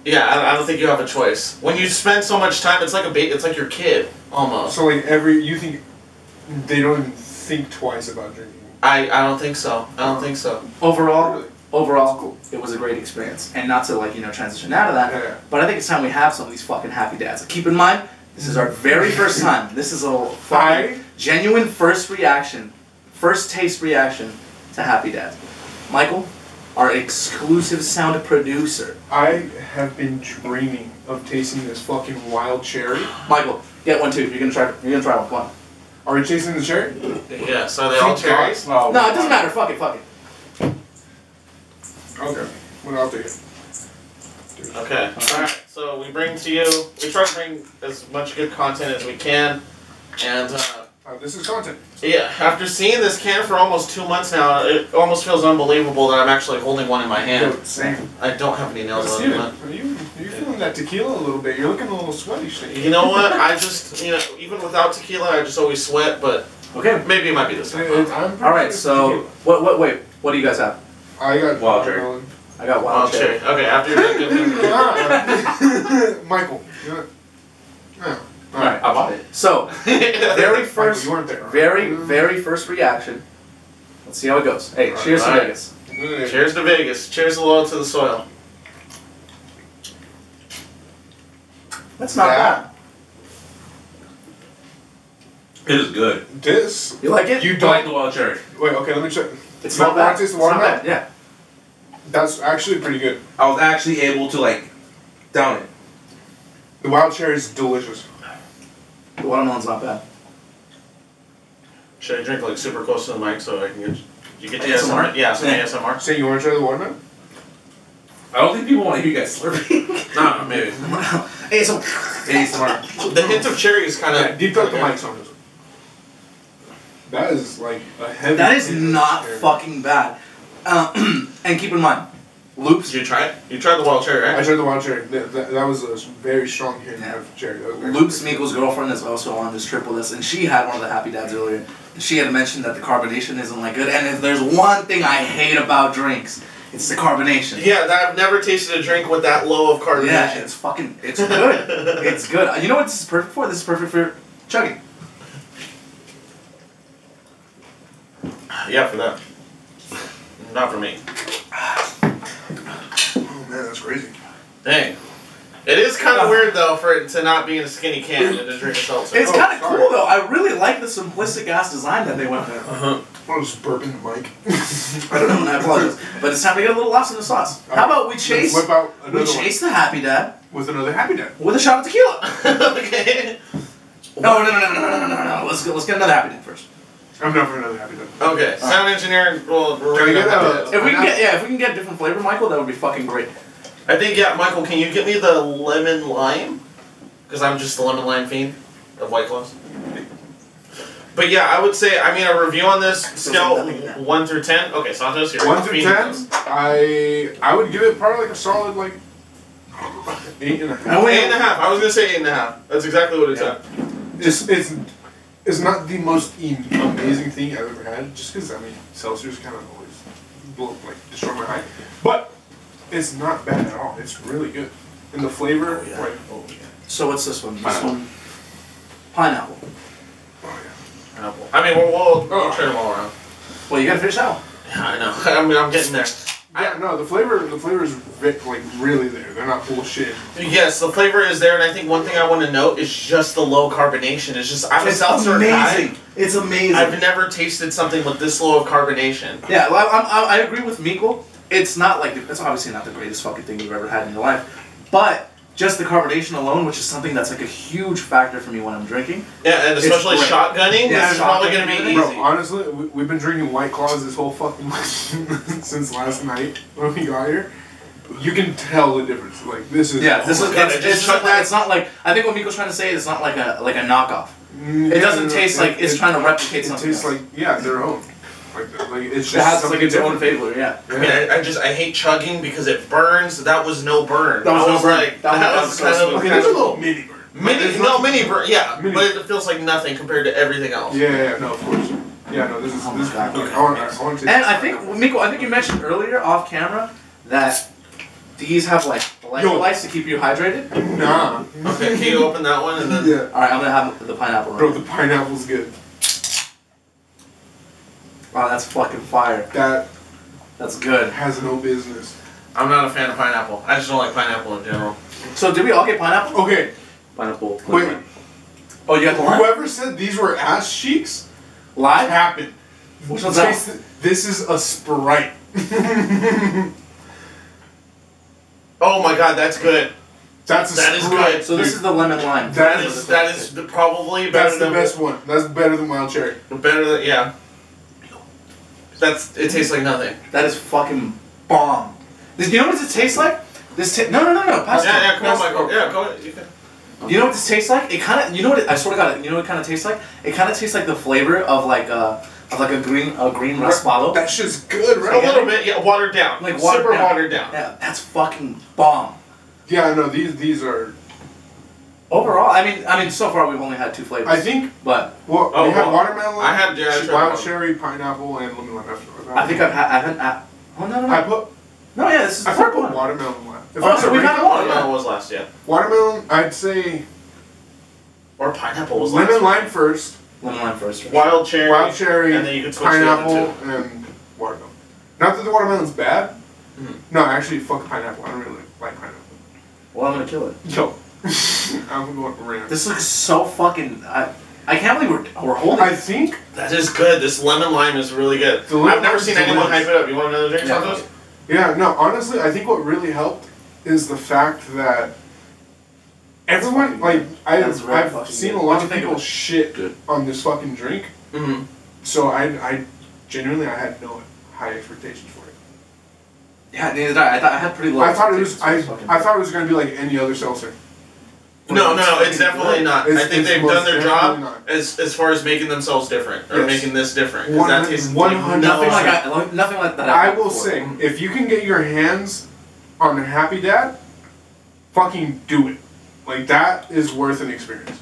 S2: yeah, I, I don't think you have a choice. When you spend so much time, it's like a ba- it's like your kid almost.
S4: So like every you think they don't even think twice about drinking.
S2: I, I don't think so. I don't think so.
S3: Overall,
S4: Really?
S3: overall, it was a great experience. And not to like you know transition out of that,
S4: Yeah.
S3: but I think it's time we have some of these fucking happy dads. Keep in mind, this is our very first time. This is a fucking
S4: I-
S3: genuine first reaction, first taste reaction to happy dads. Michael, our exclusive sound producer.
S4: I have been dreaming of tasting this fucking wild cherry.
S3: Michael, get one too. You're gonna try. You're gonna try one. Come
S4: Are we tasting the cherry?
S2: Yeah, so they all
S4: Thank
S2: cherry.
S4: God.
S5: Oh,
S3: on. No, it doesn't matter. Fuck it. Fuck it.
S4: Okay. Well, I'll take it.
S2: Okay. Alright, so we bring to you, we try to bring as much good content as we can. And, uh,
S4: Uh, this is content.
S2: yeah, after seeing this can for almost two months now, it almost feels unbelievable that I'm actually holding one in my hand.
S4: Yo, Sam.
S2: I don't have any nails on
S4: Steven,
S2: it.
S4: are you are you feeling that tequila a little bit? You're looking a little sweaty. Shane.
S2: You know what? I just, you know, even without tequila, I just always sweat, but
S3: Okay.
S2: maybe it might be this
S4: I-
S2: time.
S4: I- I'm pretty
S3: All right.
S4: sure
S3: So
S4: tequila.
S3: what? What? Wait. What do you guys have?
S4: I got
S5: Wild cherry.
S4: watermelon.
S3: I got wild
S2: Wild
S3: cherry.
S2: cherry. Okay, after you're done giving me-
S4: Ah. Michael. you know- Yeah.
S3: All right.
S5: I bought it.
S3: So very first,
S4: you weren't there.
S3: very very first reaction. Let's see how it goes. Hey,
S2: All
S3: cheers
S2: right.
S3: to Vegas.
S4: Cheers.
S2: Cheers to Vegas. Cheers a little to the soil.
S3: That's not
S4: Yeah.
S3: bad.
S5: It is good. Oh.
S4: This.
S3: You like it?
S4: You
S5: I like
S4: don't.
S5: the wild cherry.
S4: Wait. Okay. Let me check.
S3: It's
S4: You
S3: not bad.
S4: want this
S3: It's not
S4: watermelon?
S3: bad. Yeah.
S4: That's actually pretty good.
S5: I was actually able to like down it.
S4: The wild cherry is delicious.
S3: The watermelon's not bad.
S2: Should I drink like super close to the mic so I can get you get the
S3: ASMR?
S2: ASMR? Yeah, some
S3: Yeah.
S2: ASMR.
S4: Say, you want to try the watermelon?
S5: I don't think people want to hear you guys slurping.
S2: No, no, maybe.
S3: hey, so
S5: ASMR.
S2: The hint of cherry is kind of
S4: Yeah, deep throat the mics on this. one. That is like a heavy.
S3: that is not
S4: cherry.
S3: fucking bad. Uh, and keep in mind, loops.
S2: Did you try it? You tried the wild cherry,
S4: I
S2: right?
S4: tried the wild cherry. That, that, that was a very strong hit
S3: Yeah.
S4: of cherry. That was actually
S3: Luke
S4: pretty good.
S3: Smeagol's girlfriend is also on this trip with us, and she had one of the happy dads earlier. She had mentioned that the carbonation isn't like good, and if there's one thing I hate about drinks, it's the carbonation.
S2: Yeah, that, I've never tasted a drink with that low of carbonation.
S3: Yeah, it's fucking, it's good. it's good. You know what this is perfect for? This is perfect for chugging.
S2: Yeah, for that. Not for me.
S4: Oh man, that's crazy.
S2: Dang. It is kind of weird though for it to not be in a skinny can and to drink a seltzer.
S3: It's
S4: Oh,
S3: kind of
S4: sorry.
S3: cool though. I really like the simplistic ass design that they went with.
S4: I was burping the mic.
S3: I don't know, and I apologize, but it's time to get a little lost in the sauce. How about we chase?
S4: Whip out
S3: We
S4: another one
S3: chase the happy dad
S4: with another happy day.
S3: with a shot of tequila.
S2: okay.
S3: No, no, no, no, no, no, no, no, no. Let's go, let's get another happy dad first.
S4: I'm not for another happy dog.
S2: Okay, sound engineering. Well, we're
S4: Can we
S2: gonna
S4: get
S2: have
S4: that?
S2: to-
S3: If we can get yeah, if we can get a different flavor, Michael, that would be fucking great.
S2: I think yeah, Michael. Can you get me the lemon lime? Because I'm just the lemon lime fiend of White Claws. But yeah, I would say I mean a review on this scale one through ten. Okay, Santos, you're
S4: One through
S2: fiend.
S4: ten, I I would give it probably like a solid like eight and a half.
S3: I
S2: Eight and a half. I was gonna say eight and a half. That's exactly what it's
S3: Yeah.
S2: at.
S4: It's it's it's not the most em- amazing thing I've ever had, just because I mean seltzers kind of always blow, like destroy my eye, but it's not bad at all. It's really good, and the flavor like
S2: Oh yeah.
S3: So what's this one? This
S4: Pineapple.
S3: one. Pineapple.
S4: oh yeah.
S2: Pineapple. I mean, we'll, we'll, we'll turn them all around.
S3: Well, you gotta finish out.
S2: Yeah, I know. I mean, I'm getting there.
S4: Yeah, no, the flavor, the flavor is ve- like really there. They're not bullshit.
S2: Yes, the flavor is there, and I think one thing I want to note is just the low carbonation. It's just I'm a
S3: It's
S2: seltzer
S3: amazing.
S2: guy.
S3: It's amazing.
S2: I've never tasted something with this low of carbonation.
S3: Yeah, well, I, I, I agree with Meagle. It's not like it's obviously not the greatest fucking thing you've ever had in your life, but just the carbonation alone, which is something that's like a huge factor for me when I'm drinking.
S2: Yeah, and
S3: It's
S2: especially
S3: great.
S2: shotgunning.
S3: Yeah,
S2: this is probably gonna be
S3: shotgunning.
S2: easy.
S4: Bro, honestly, we, we've been drinking White Claws this whole fucking since last night when we got here. You can tell the difference. Like this is
S3: Yeah, this
S2: Oh my
S3: is
S2: God,
S3: it's,
S2: I
S3: it's,
S2: just
S3: just
S2: shut
S3: like-
S2: my-
S3: it's not like I think what Meagle's trying to say is not like a like a knockoff.
S4: Mm,
S3: It
S4: yeah,
S3: doesn't
S4: no,
S3: taste
S4: it-
S3: like it's
S4: it-
S3: trying to replicate
S4: It
S3: something.
S4: tastes
S3: else.
S4: like yeah, their own. Like, like it's just
S3: it has like
S4: something
S3: its own
S4: different.
S3: flavor. Yeah.
S2: I mean, I, I just I hate chugging because it burns. That was no burn.
S3: That was
S2: I
S3: no burn.
S2: Like,
S3: That
S2: that,
S3: was- that
S2: was kind of
S3: was so smooth.
S4: Okay,
S2: kind
S4: that's a
S2: of-
S4: little mini burn.
S2: mini.
S4: There's
S2: No, mini burn. Yeah,
S4: Mini.
S2: but it feels like nothing compared to everything else.
S4: Yeah, yeah, yeah, no, of course. Yeah, no, this is
S3: Oh my
S4: this. is
S3: God.
S4: I want, I want to.
S3: And I think Meagle, I think you mentioned earlier off camera that these have like electrolytes to keep you hydrated.
S4: nah.
S2: Okay, can you open that one and then?
S4: Yeah,
S3: All right, I'm gonna have the pineapple.
S4: bro,
S3: One.
S4: the pineapple's good.
S3: Wow, that's fucking fire.
S4: That
S3: That's good.
S4: has no business.
S2: I'm not a fan of pineapple. I just don't like pineapple in general.
S3: So did we all get pineapple?
S4: Okay,
S3: Pineapple.
S4: wait.
S3: Oh, you got the lime?
S4: Whoever said these were ass cheeks
S3: Lime?
S4: happened.
S3: Which one's that?
S4: Taste- This is a sprite.
S2: Oh my god, that's good.
S4: That's a
S2: That is
S4: sprite.
S2: good.
S3: So this is the lemon lime.
S2: That is that is the- probably better
S4: That's the
S2: than
S4: best one. That's better than wild cherry.
S2: Better than yeah. That's it tastes like nothing.
S3: That is fucking bomb. This, you know what this tastes like? This ta- no no no no
S2: Yeah,
S3: pass it.
S2: yeah, come on,
S3: Pass it.
S2: Michael. Yeah, go ahead. You can-
S3: You know what this tastes like? It kind of you know what it, I swear to God you know what it kind of tastes like? It kind of tastes like the flavor of like a of like a green a green raspalo.
S4: That shit's good,
S2: A
S4: right?
S2: little bit, yeah, watered down.
S3: like watered
S2: super
S3: down.
S2: watered down.
S3: Yeah, that's fucking bomb.
S4: Yeah, no, these these are.
S3: Overall, I mean I mean so far we've only had two flavors.
S4: I think.
S3: but
S4: Well,
S2: Oh,
S4: we had
S2: well,
S4: watermelon.
S2: I had- yeah, I
S4: ch-
S2: tried
S4: wild
S2: that.
S4: cherry, pineapple, and lemon lime. After
S3: I think I've had I haven't had, oh no no no
S4: I put
S3: no yeah this is the
S4: I put
S3: third one.
S4: watermelon last. If
S3: Oh,
S4: I was
S3: so
S4: to
S3: we've
S4: rank
S3: had
S4: them,
S3: one.
S2: Watermelon was last, yeah.
S4: watermelon, I'd say
S2: Or pineapple was last.
S4: lemon lime first,
S3: Lemon lime first.
S2: Wild cherry.
S4: wild cherry,
S2: And then you could switch
S4: pineapple,
S2: the other
S4: and watermelon. Not that the watermelon's bad.
S2: Mhm.
S4: No, actually, fuck pineapple. I don't really like pineapple.
S3: Well I'm gonna kill it.
S4: Yo, I'm going to rant.
S3: This looks so fucking. I, I can't believe we're, we're holding.
S4: I think
S2: two. That is good. This lemon lime is really good.
S4: The lemon
S2: I've never
S4: lime's
S2: seen anyone
S4: delicious.
S2: hype it up. You want another drink,
S3: Yeah.
S2: Santos?
S4: Yeah, no, honestly, I think what really helped is the fact that everyone,
S3: fucking
S4: like,
S3: good. That's
S4: I've,
S3: really
S4: I've
S3: fucking
S4: seen
S3: good.
S4: a lot
S3: What'd you
S4: of
S3: think
S4: people
S3: of it?
S4: shit
S5: Good.
S4: on this fucking drink,
S2: Mm-hmm.
S4: so I, I genuinely, I had no high expectations for it.
S3: yeah, neither did I. I thought I had pretty low.
S4: I thought it was, I,
S3: expectations for this fucking-
S4: I thought it was gonna be like any other seltzer.
S2: No, no, it's definitely not. I
S4: It's-
S2: think
S4: it's
S2: they've
S4: most
S2: done their
S4: definitely
S2: job as as far as making themselves different or
S4: Yes.
S2: making this different. 'cause
S4: One
S2: that
S4: hundred-
S2: tastes
S4: one
S2: like
S4: hundred
S3: Nothing
S2: no-
S3: like I, like- nothing like that. I've
S4: I
S3: had
S4: will
S3: before.
S4: say, if you can get your hands on Happy Dad, fucking do it. Like that is worth an experience.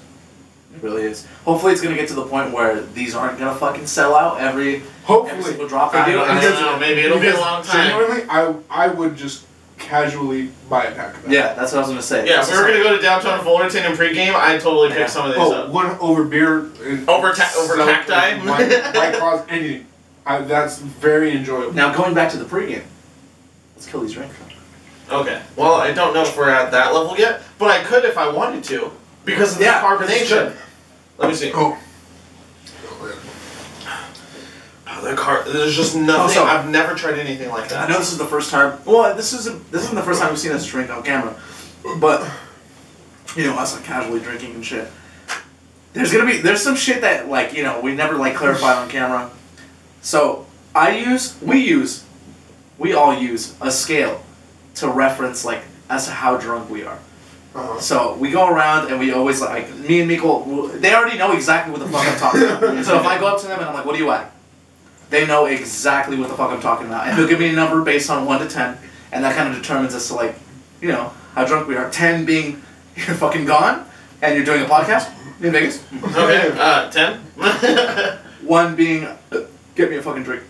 S3: it really is. Hopefully, it's gonna get to the point where these aren't gonna fucking sell out every every
S4: Hopefully,
S3: single drop
S2: I
S3: they do.
S2: don't
S3: and
S2: know,
S3: it's-
S2: maybe it'll be a
S4: Because
S2: long time.
S4: Genuinely, I I would just casually buy a pack of that.
S3: Yeah, that's what I was gonna say.
S2: Yeah,
S3: This
S2: if we
S3: is
S2: were gonna
S3: like-
S2: go to downtown Fullerton and pregame, I'd totally pick
S3: Yeah.
S2: some of these
S4: Oh,
S2: up.
S4: one over beer. And
S2: Over ta- over
S4: Seltzer,
S2: cacti?
S4: White, white claws, anything. I, that's very enjoyable.
S3: Now going back to the pregame. Let's kill these drinks.
S2: Okay. Well, I don't know if we're at that level yet, but I could if I wanted to because of
S3: Yeah,
S2: the
S3: this is
S2: carbonation.
S3: good.
S2: Let me see. Oh,
S4: Oh,
S2: the car. There's just nothing.
S3: Also-
S2: I've never tried anything like
S3: I
S2: that.
S3: know this is the first time. Well, this is this isn't the first time we've seen us drink on camera, but you know us like casually drinking and shit. There's gonna be there's some shit that like you know we never like clarify on camera. So I use we use we all use a scale to reference like as to how drunk we are.
S4: Uh-huh.
S3: So we go around and we always like me and Mikkel. They already know exactly what the fuck I'm talking about. so if I go up to them and I'm like, "What are you at?" They know exactly what the fuck I'm talking about, and they'll give me a number based on one to ten, and that kind of determines as to like, you know, how drunk we are. Ten being you're fucking gone and you're doing a podcast in Vegas.
S2: Okay, uh, 10?
S3: One being "Uh, get me a fucking drink.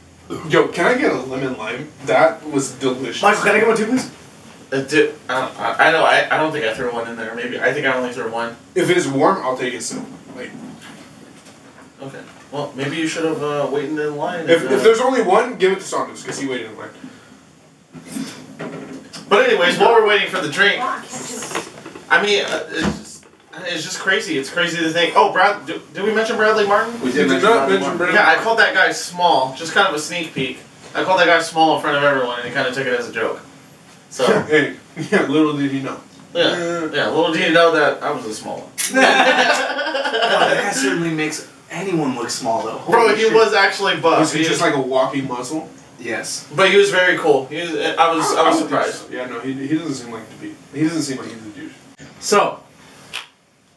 S4: Yo, can I get a lemon lime? That was delicious.
S3: Michael, can I get one too, please?
S2: Dude, I, don't- uh, I, I know, I, I don't think I threw one in there. Maybe, I think I only threw one.
S4: If it is warm, I'll take it soon. Like,
S2: Okay. Well, maybe you should have uh, waited in line.
S4: if,
S2: and,
S4: if
S2: uh,
S4: there's only one, give it to Saunders because he waited in line.
S2: But anyways, while we're waiting for the drink,
S6: Fuck.
S2: I mean, uh, it's, just, it's just crazy. It's crazy to think. Oh, Brad, do, did we mention Bradley Martin?
S5: We
S4: You did not mention Brandon.
S2: Yeah, I called that guy small. Just kind of a sneak peek. I called that guy small in front of everyone, and he kind of took it as a joke. So
S4: Yeah, hey, yeah, little did he know.
S2: yeah, yeah. Little did you know that I was a small one.
S3: Oh, that guy certainly makes anyone look small though.
S2: Bro,
S3: Holy
S2: he
S3: shit.
S2: was actually buff.
S4: Was he just like a walking muscle?
S3: Yes.
S2: But he was very cool. He was, I was. I was
S4: would think
S2: surprised.
S4: so. Yeah, no, he, he doesn't seem like to be. He doesn't seem like he's a douche.
S3: So,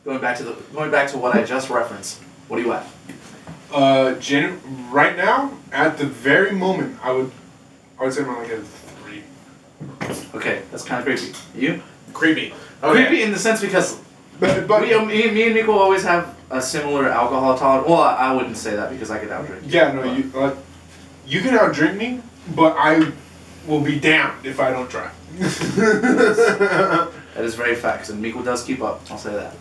S3: going back to the going back to what I just referenced. What are you at?
S4: Uh, Jan- right now, at the very moment, I would, I would say I'm on like a three.
S3: Okay, that's kind of creepy. You?
S2: Creepy. Oh, Okay.
S3: Creepy in the sense because
S4: But, but
S3: we, me, me and Nico always have a similar alcohol tolerance. Well, I, I wouldn't say that because I could outdrink. you.
S4: yeah, no, you uh, you can outdrink me, but I will be damned if I don't try.
S3: That is very facts, and Miko does keep up. I'll say that.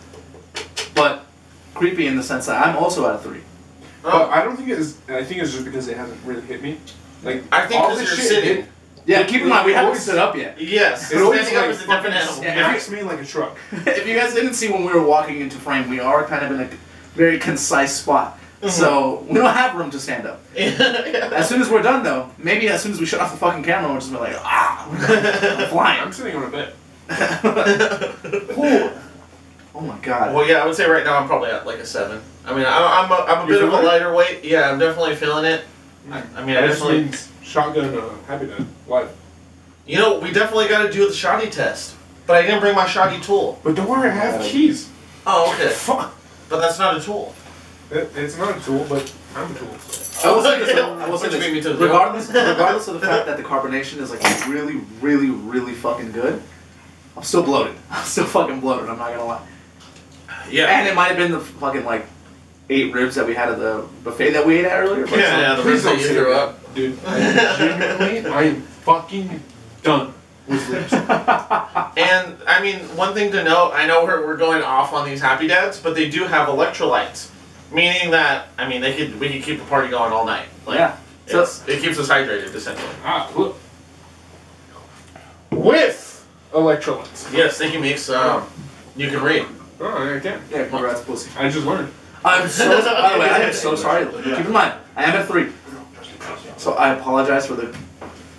S3: But creepy in the sense that I'm also at a three.
S4: But I don't think it's. I think it's just because it hasn't really hit me. Like
S2: I think
S4: all
S2: 'cause
S4: this
S2: you're
S4: shit
S2: sitting.
S4: hit-
S3: Yeah, keep in mind we haven't stood up yet.
S2: Yes.
S4: It always
S2: Standing up
S4: like
S2: is a different animal.
S4: fucking
S3: Yeah.
S4: smacks me like a truck.
S3: if you guys didn't see when we were walking into frame, we are kind of in a very concise spot. So we don't have room to stand up. As soon as we're done, though, maybe as soon as we shut off the fucking camera, we're just gonna be like, ah, I'm
S4: I'm
S3: flying.
S4: sitting on a bed.
S3: Ooh. Oh my god.
S2: Well, yeah, I would say right now I'm probably at like a seven. I mean, I, I'm a, I'm a
S4: You
S2: bit of a
S4: feeling it?
S2: lighter weight. Yeah, I'm definitely feeling it. I, I mean, I
S4: I just
S2: definitely.
S4: means shotgun uh, happy to live.
S2: You know, we definitely got to do the shoddy test. But I didn't bring my shoddy tool.
S4: But don't worry, I have keys.
S2: Oh, okay.
S4: Fuck.
S2: But that's not a tool.
S4: It, it's not a tool, but I'm a tool. So.
S3: I will say this. though. I will say
S2: What you
S3: this.
S2: mean Oh, me to do?
S3: Regardless, regardless of the fact that the carbonation is like really, really, really fucking good, I'm still bloated. I'm still fucking bloated. I'm not gonna lie.
S2: Yeah.
S3: And it might have been the fucking like eight ribs that we had at the buffet that we ate at earlier. but-
S2: Yeah, yeah, the ribs
S4: Please don't
S2: that you
S4: say
S2: threw
S4: that.
S2: up.
S4: Dude, I am genuinely, I am fucking done with lips.
S2: And I mean, one thing to note, I know we're, we're going off on these happy dads, but they do have electrolytes, meaning that I mean, they could we could keep the party going all night. Like,
S3: Yeah. So
S2: it's- it keeps us hydrated essentially.
S4: ah, look. With electrolytes.
S2: Yes, thank you, Meeks. Um, you can read.
S4: Oh, I can.
S3: yeah, congrats, pussy.
S4: I just learned.
S3: I'm so. by the way, I am so sorry. Keep in mind, I am at three. So I apologize for the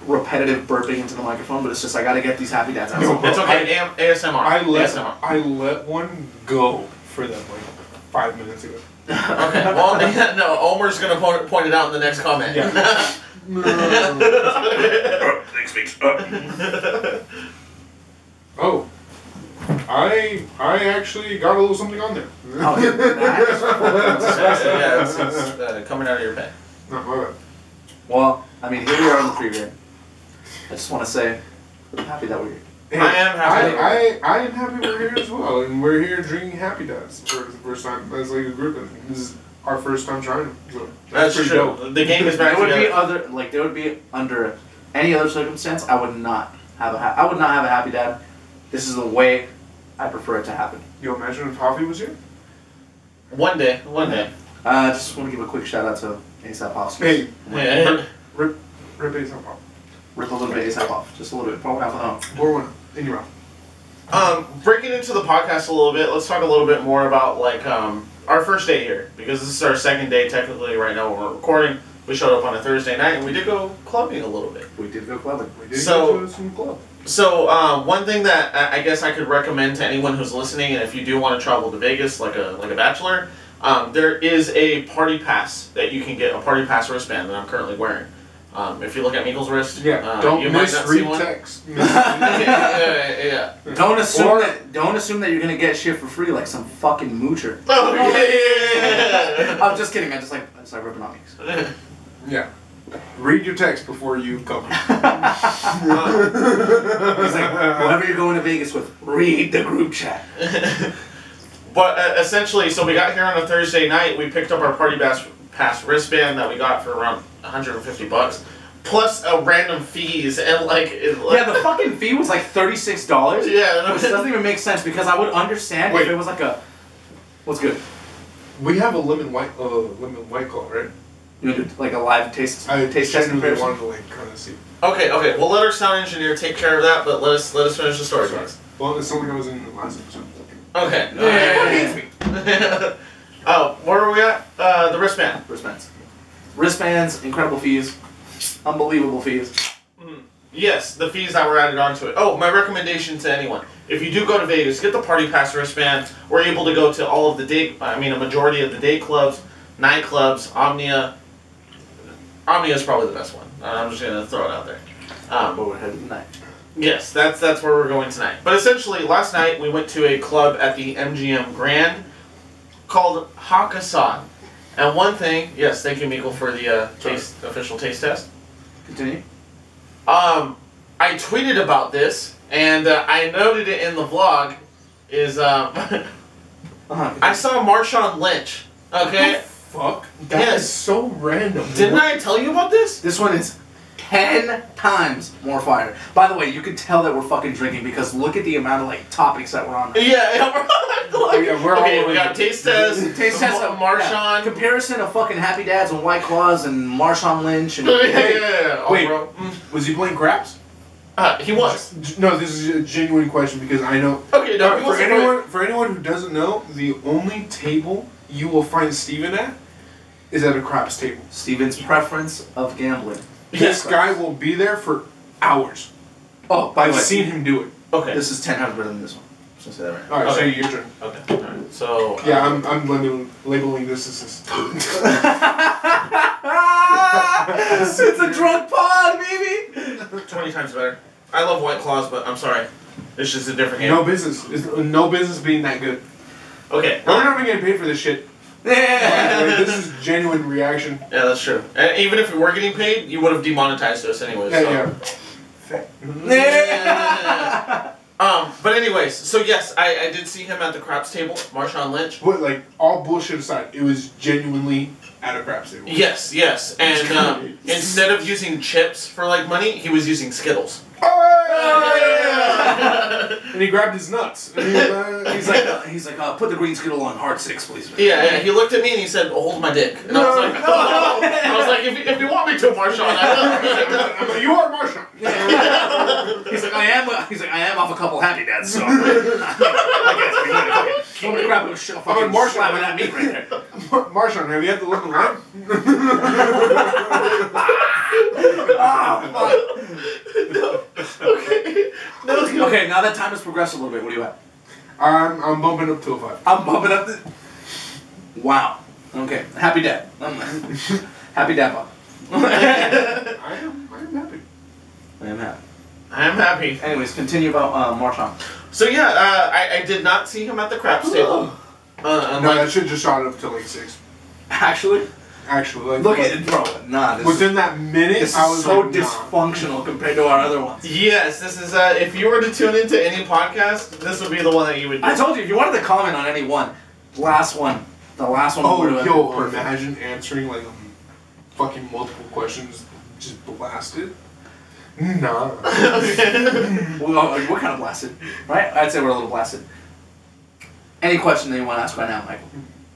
S3: repetitive burping into the microphone, but it's just I gotta get these happy dads out.
S4: No, bro.
S2: It's okay. A- ASMR.
S4: I let
S2: ASMR.
S4: I let one go for them like five minutes ago.
S2: Okay. Well, yeah, no. Omer's gonna point, point it out in the next comment.
S4: Yeah.
S5: Thanks, Meeks. Uh,
S4: Oh, I I actually got a little something on there.
S3: Oh, dude, that is fucking
S2: Disgusting,
S3: disgusting.
S2: yeah, it's, it's, uh, coming out of your pants.
S4: No, my bad.
S3: Well, I mean, here we are in the pregame. I just want to say, I'm happy that we're here.
S4: Hey,
S2: I am happy.
S4: I, I, I am happy we're here as well, and we're here drinking Happy Dads for the first time as like a group, and this is our first time trying them. So
S2: That's,
S4: pretty
S2: true.
S4: dope.
S2: The game is back
S3: There would
S2: together.
S3: be other, like, there would be under any other circumstance, I would not have a, ha- I would not have a happy dad. This is the way I prefer it to happen.
S4: Yo, imagine if Hoppy was here.
S2: one day. One day.
S3: I uh, just want to give a quick shout out to ASAP Hoff.
S4: Hey,
S2: Yeah.
S4: rip, rip Ace on Pop.
S3: Rip a little bit ASAP off, just a little bit. Probably half an
S4: Pour one in your mouth.
S2: Um, breaking into the podcast a little bit, let's talk a little bit more about like um, our first day here because this is our second day technically right now when we're recording. We showed up on a Thursday night and we did go clubbing a little bit.
S3: We did go clubbing.
S4: We did
S2: So-
S4: go to some club.
S2: So um, one thing that I I guess I could recommend to anyone who's listening, and if you do want to travel to Vegas like a like a bachelor, Um, there is a party pass that you can get, a party pass wristband that I'm currently wearing. Um, if you look at Michael's wrist,
S4: Yeah,
S2: uh,
S4: don't
S2: you might not see
S4: misread
S2: one.
S4: text. Misread-
S2: yeah, yeah, yeah, yeah.
S3: Don't assume
S4: Or-
S3: that. Don't assume that you're gonna get shit for free like some fucking moocher.
S2: Oh, yeah,
S3: I'm just kidding. I just like I just like Riponomics.
S2: yeah, yeah.
S4: yeah. Read your text before you come.
S3: It's like
S2: Uh-huh.
S3: whoever you're going to Vegas with, read the group chat.
S2: But uh, essentially, so we got here on a Thursday night. We picked up our party pass, pass wristband that we got for around 150 bucks, plus a random fees and like. It,
S3: Yeah, the fucking fee was like thirty six dollars.
S2: yeah.
S3: Which doesn't even make sense because I would understand
S2: Wait.
S3: if it was like a. What's good?
S4: we have a lemon white, uh, lemon white call, right?
S3: You wanna do like a live taste
S4: I
S3: taste test
S4: genuinely
S3: comparison?
S4: wanted to like kind of see.
S2: Okay, okay. We'll let our sound engineer take care of that, but let us let us finish the story, guys.
S4: Well, it's something I was in the last episode.
S2: Okay.
S3: Yeah, yeah, yeah,
S2: oh, where were we at? Uh, the wristband.
S3: Wristbands. Wristbands, incredible fees, unbelievable fees.
S2: Yes, the fees that were added onto it. Oh, my recommendation to anyone: if you do go to Vegas, get the party pass wristband. We're able to go to all of the day. I mean, a majority of the day clubs, nightclubs, Omnia. Omnia is probably the best one. Uh, I'm just gonna throw it out there. Um,
S3: But we're headed tonight.
S2: Yes, that's that's where we're going tonight. But essentially, last night we went to a club at the MGM Grand called Hakkasan. And one thing, yes, thank you, Mikkel, for the uh, taste official taste test.
S3: Continue.
S2: Um, I tweeted about this, and uh, I noted it in the vlog. Is um,
S3: Uh-huh.
S2: I saw Marshawn Lynch. Okay,
S4: Fuck. That is
S2: Yes.
S4: so random.
S2: didn't I tell you about this?
S3: This one is ten times more fire. By the way, you can tell that we're fucking drinking because look at the amount of like topics that we're on.
S2: Yeah, yeah, we're, like,
S4: Yeah, we're all
S2: okay.
S4: over
S2: We got
S4: it.
S2: taste test,
S3: Taste test
S2: Ma-
S3: of yeah,
S2: Marshawn.
S3: comparison of fucking Happy Dads and White Claws and Marshawn Lynch and
S2: Yeah, yeah, yeah, yeah. Oh,
S4: Wait.
S2: bro. Mm.
S4: Was he playing craps?
S2: Uh, he was.
S4: G- No, this is a genuine question because I know.
S2: Okay, no, he
S4: for
S2: wasn't
S4: anyone for anyone who doesn't know, the only table you will find Steven at is at a craps table.
S3: Steven's preference of gambling.
S4: This guy will be there for hours.
S3: Oh, by
S4: I've
S3: the way,
S4: seen him do it.
S2: Okay.
S3: this is ten times better than this one. I'm just gonna say that right now.
S4: All right, so
S2: Okay.
S4: your turn.
S2: okay. All right. So. uh,
S4: Yeah, I'm, I'm labeling, labeling this as.
S3: Ah, it's a drunk pod, baby.
S2: Twenty times better. I love White Claws, but I'm sorry, it's just a different game.
S4: No business. It's uh, no business being that good.
S2: Okay.
S4: We're not even getting paid for this shit.
S3: Yeah.
S4: Like, this is genuine reaction.
S2: Yeah, that's true. And even if we were getting paid, you would have demonetized us anyways. so.
S4: Yeah, yeah.
S3: Yeah.
S2: Um. But anyways, so yes, I, I did see him at the craps table, Marshawn Lynch.
S4: But like all bullshit aside, it was genuinely at a crap table.
S2: Yes, yes, and um, instead of using chips for like money, he was using Skittles.
S4: Oh, yeah. and he grabbed his nuts. And he was, uh,
S3: He's like, uh, he's like, uh, put the green skittle on hard six, please. man.
S2: Yeah, yeah. He looked at me and he said, "Hold my dick," and I was like,
S4: No,
S2: "Oh." "I was like, if, you- if you want me to, Marshawn." I will."
S4: I'm like, you are Marshall.
S3: He's like, I am. uh, He's like, I am off a couple happy dads. So. I guess we would grab a sh- fucking
S4: Marshall.
S3: slap of that meat right there.
S4: Mar- Marshawn, have you had the look line?
S3: Okay, now that time has progressed a little bit. What do you at?
S4: I'm, I'm bumping up to a five.
S3: I'm bumping up the. Wow. Okay, happy dad. Um, happy dad, Bob.
S4: I am, I am happy.
S3: I am happy.
S2: I'm happy.
S3: Anyways, continue about uh, Marshawn.
S2: So yeah, uh, I, I did not see him at the craps table. Uh,
S4: No,
S2: unlike-
S4: that should just shot up to like six.
S3: Actually,
S4: Actually, like,
S3: look at
S4: like,
S3: it, bro. Nah, this is,
S4: within that minute,
S3: this
S4: I
S3: is
S4: was
S3: so
S4: like, nah.
S3: dysfunctional compared to our other ones.
S2: yes, this is. Uh, if you were to tune into any podcast, this would be the one that you would. Do.
S3: I told you, if you wanted to comment on any one, last one, the last one.
S4: Oh,
S3: would've been
S4: yo,
S3: perfect.
S4: imagine answering like um, fucking multiple questions just blasted. Nah.
S3: Well, uh, we're kind of blasted, right? I'd say we're a little blasted. Any question that you want to ask right now, Michael?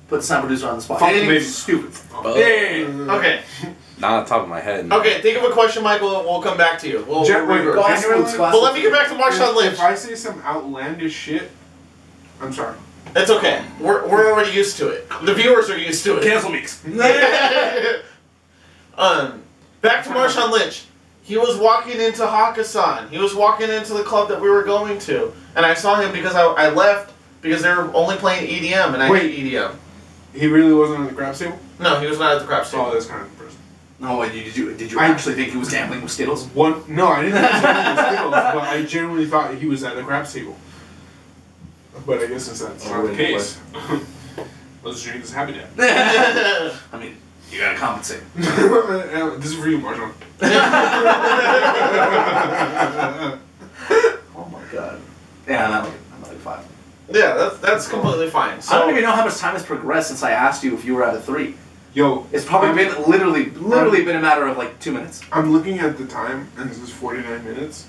S3: Put the sound producer on the spot.
S4: Fuck
S3: Anything
S4: me.
S3: stupid.
S4: Hey.
S2: Okay,
S5: Not on top of my head.
S2: okay. Think of a question, Michael, and we'll come back to you. We'll,
S4: Jet
S2: we'll
S4: River.
S2: regroup.
S4: Go
S3: Glass
S4: Genuinely?
S3: boots, glass
S2: But let me
S3: boots.
S2: get back to Marshawn
S4: If,
S2: Lynch.
S4: if I say some outlandish shit, I'm sorry.
S2: That's okay. We're, we're already used to it. The viewers are used to it.
S3: Cancel mix.
S2: um, back to Marshawn Lynch. He was walking into Hakkasan. He was walking into the club that we were going to, and I saw him because I, I left because they were only playing EDM, and I
S4: Wait.
S2: hate EDM.
S4: He really wasn't on the grab table.
S2: No, he was not at the craps
S4: Oh,
S2: table.
S4: that's kind of impressive.
S3: No, wait, did you did you
S4: I-
S3: actually think he was gambling with Skittles?
S4: One, no, I didn't think he was on the Skittles, but I genuinely thought he was at the craps table. But I guess since that's
S3: Oh,
S4: not the
S3: wait,
S4: case, let's drink this Happy Dad.
S3: I mean, you gotta compensate.
S4: Uh, this is for you, Marshall.
S3: Oh my god. Yeah, I'm like, I'm like five.
S2: yeah, that's that's completely fine. So
S3: I don't even know how much time has progressed since I asked you if you were at a three.
S4: Yo,
S3: It's probably
S4: I'm-
S3: been literally, literally been a matter of like two minutes.
S4: I'm looking at the time, and this is 49 minutes.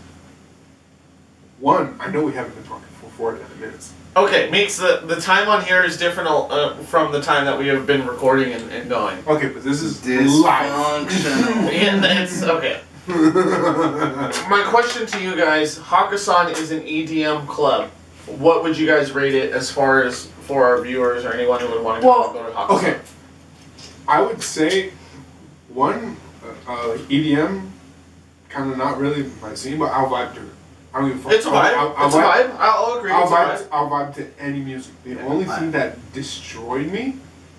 S4: One, I know we haven't been talking for 49 minutes.
S2: Okay, Meeks, the, the time on here is different uh, from the time that we have been recording and, and going.
S4: Okay, but this is live.
S3: Dysfunctional.
S2: And it's okay. My question to you guys Hakusan is an EDM club. What would you guys rate it as far as for our viewers or anyone who would want to
S3: Well,
S2: go to Hakusan?
S4: okay, I would say one uh, uh, EDM, kind of not really my scene, but I'll vibe to it. I don't give a fuck.
S2: It's a
S4: I'll-
S2: vibe.
S4: I'll- I'll
S2: it's a vibe. I'll agree.
S4: I'll
S2: it's a
S4: vibe,
S2: vibe.
S4: I'll vibe to any music. The only
S3: vibe.
S4: thing that destroyed me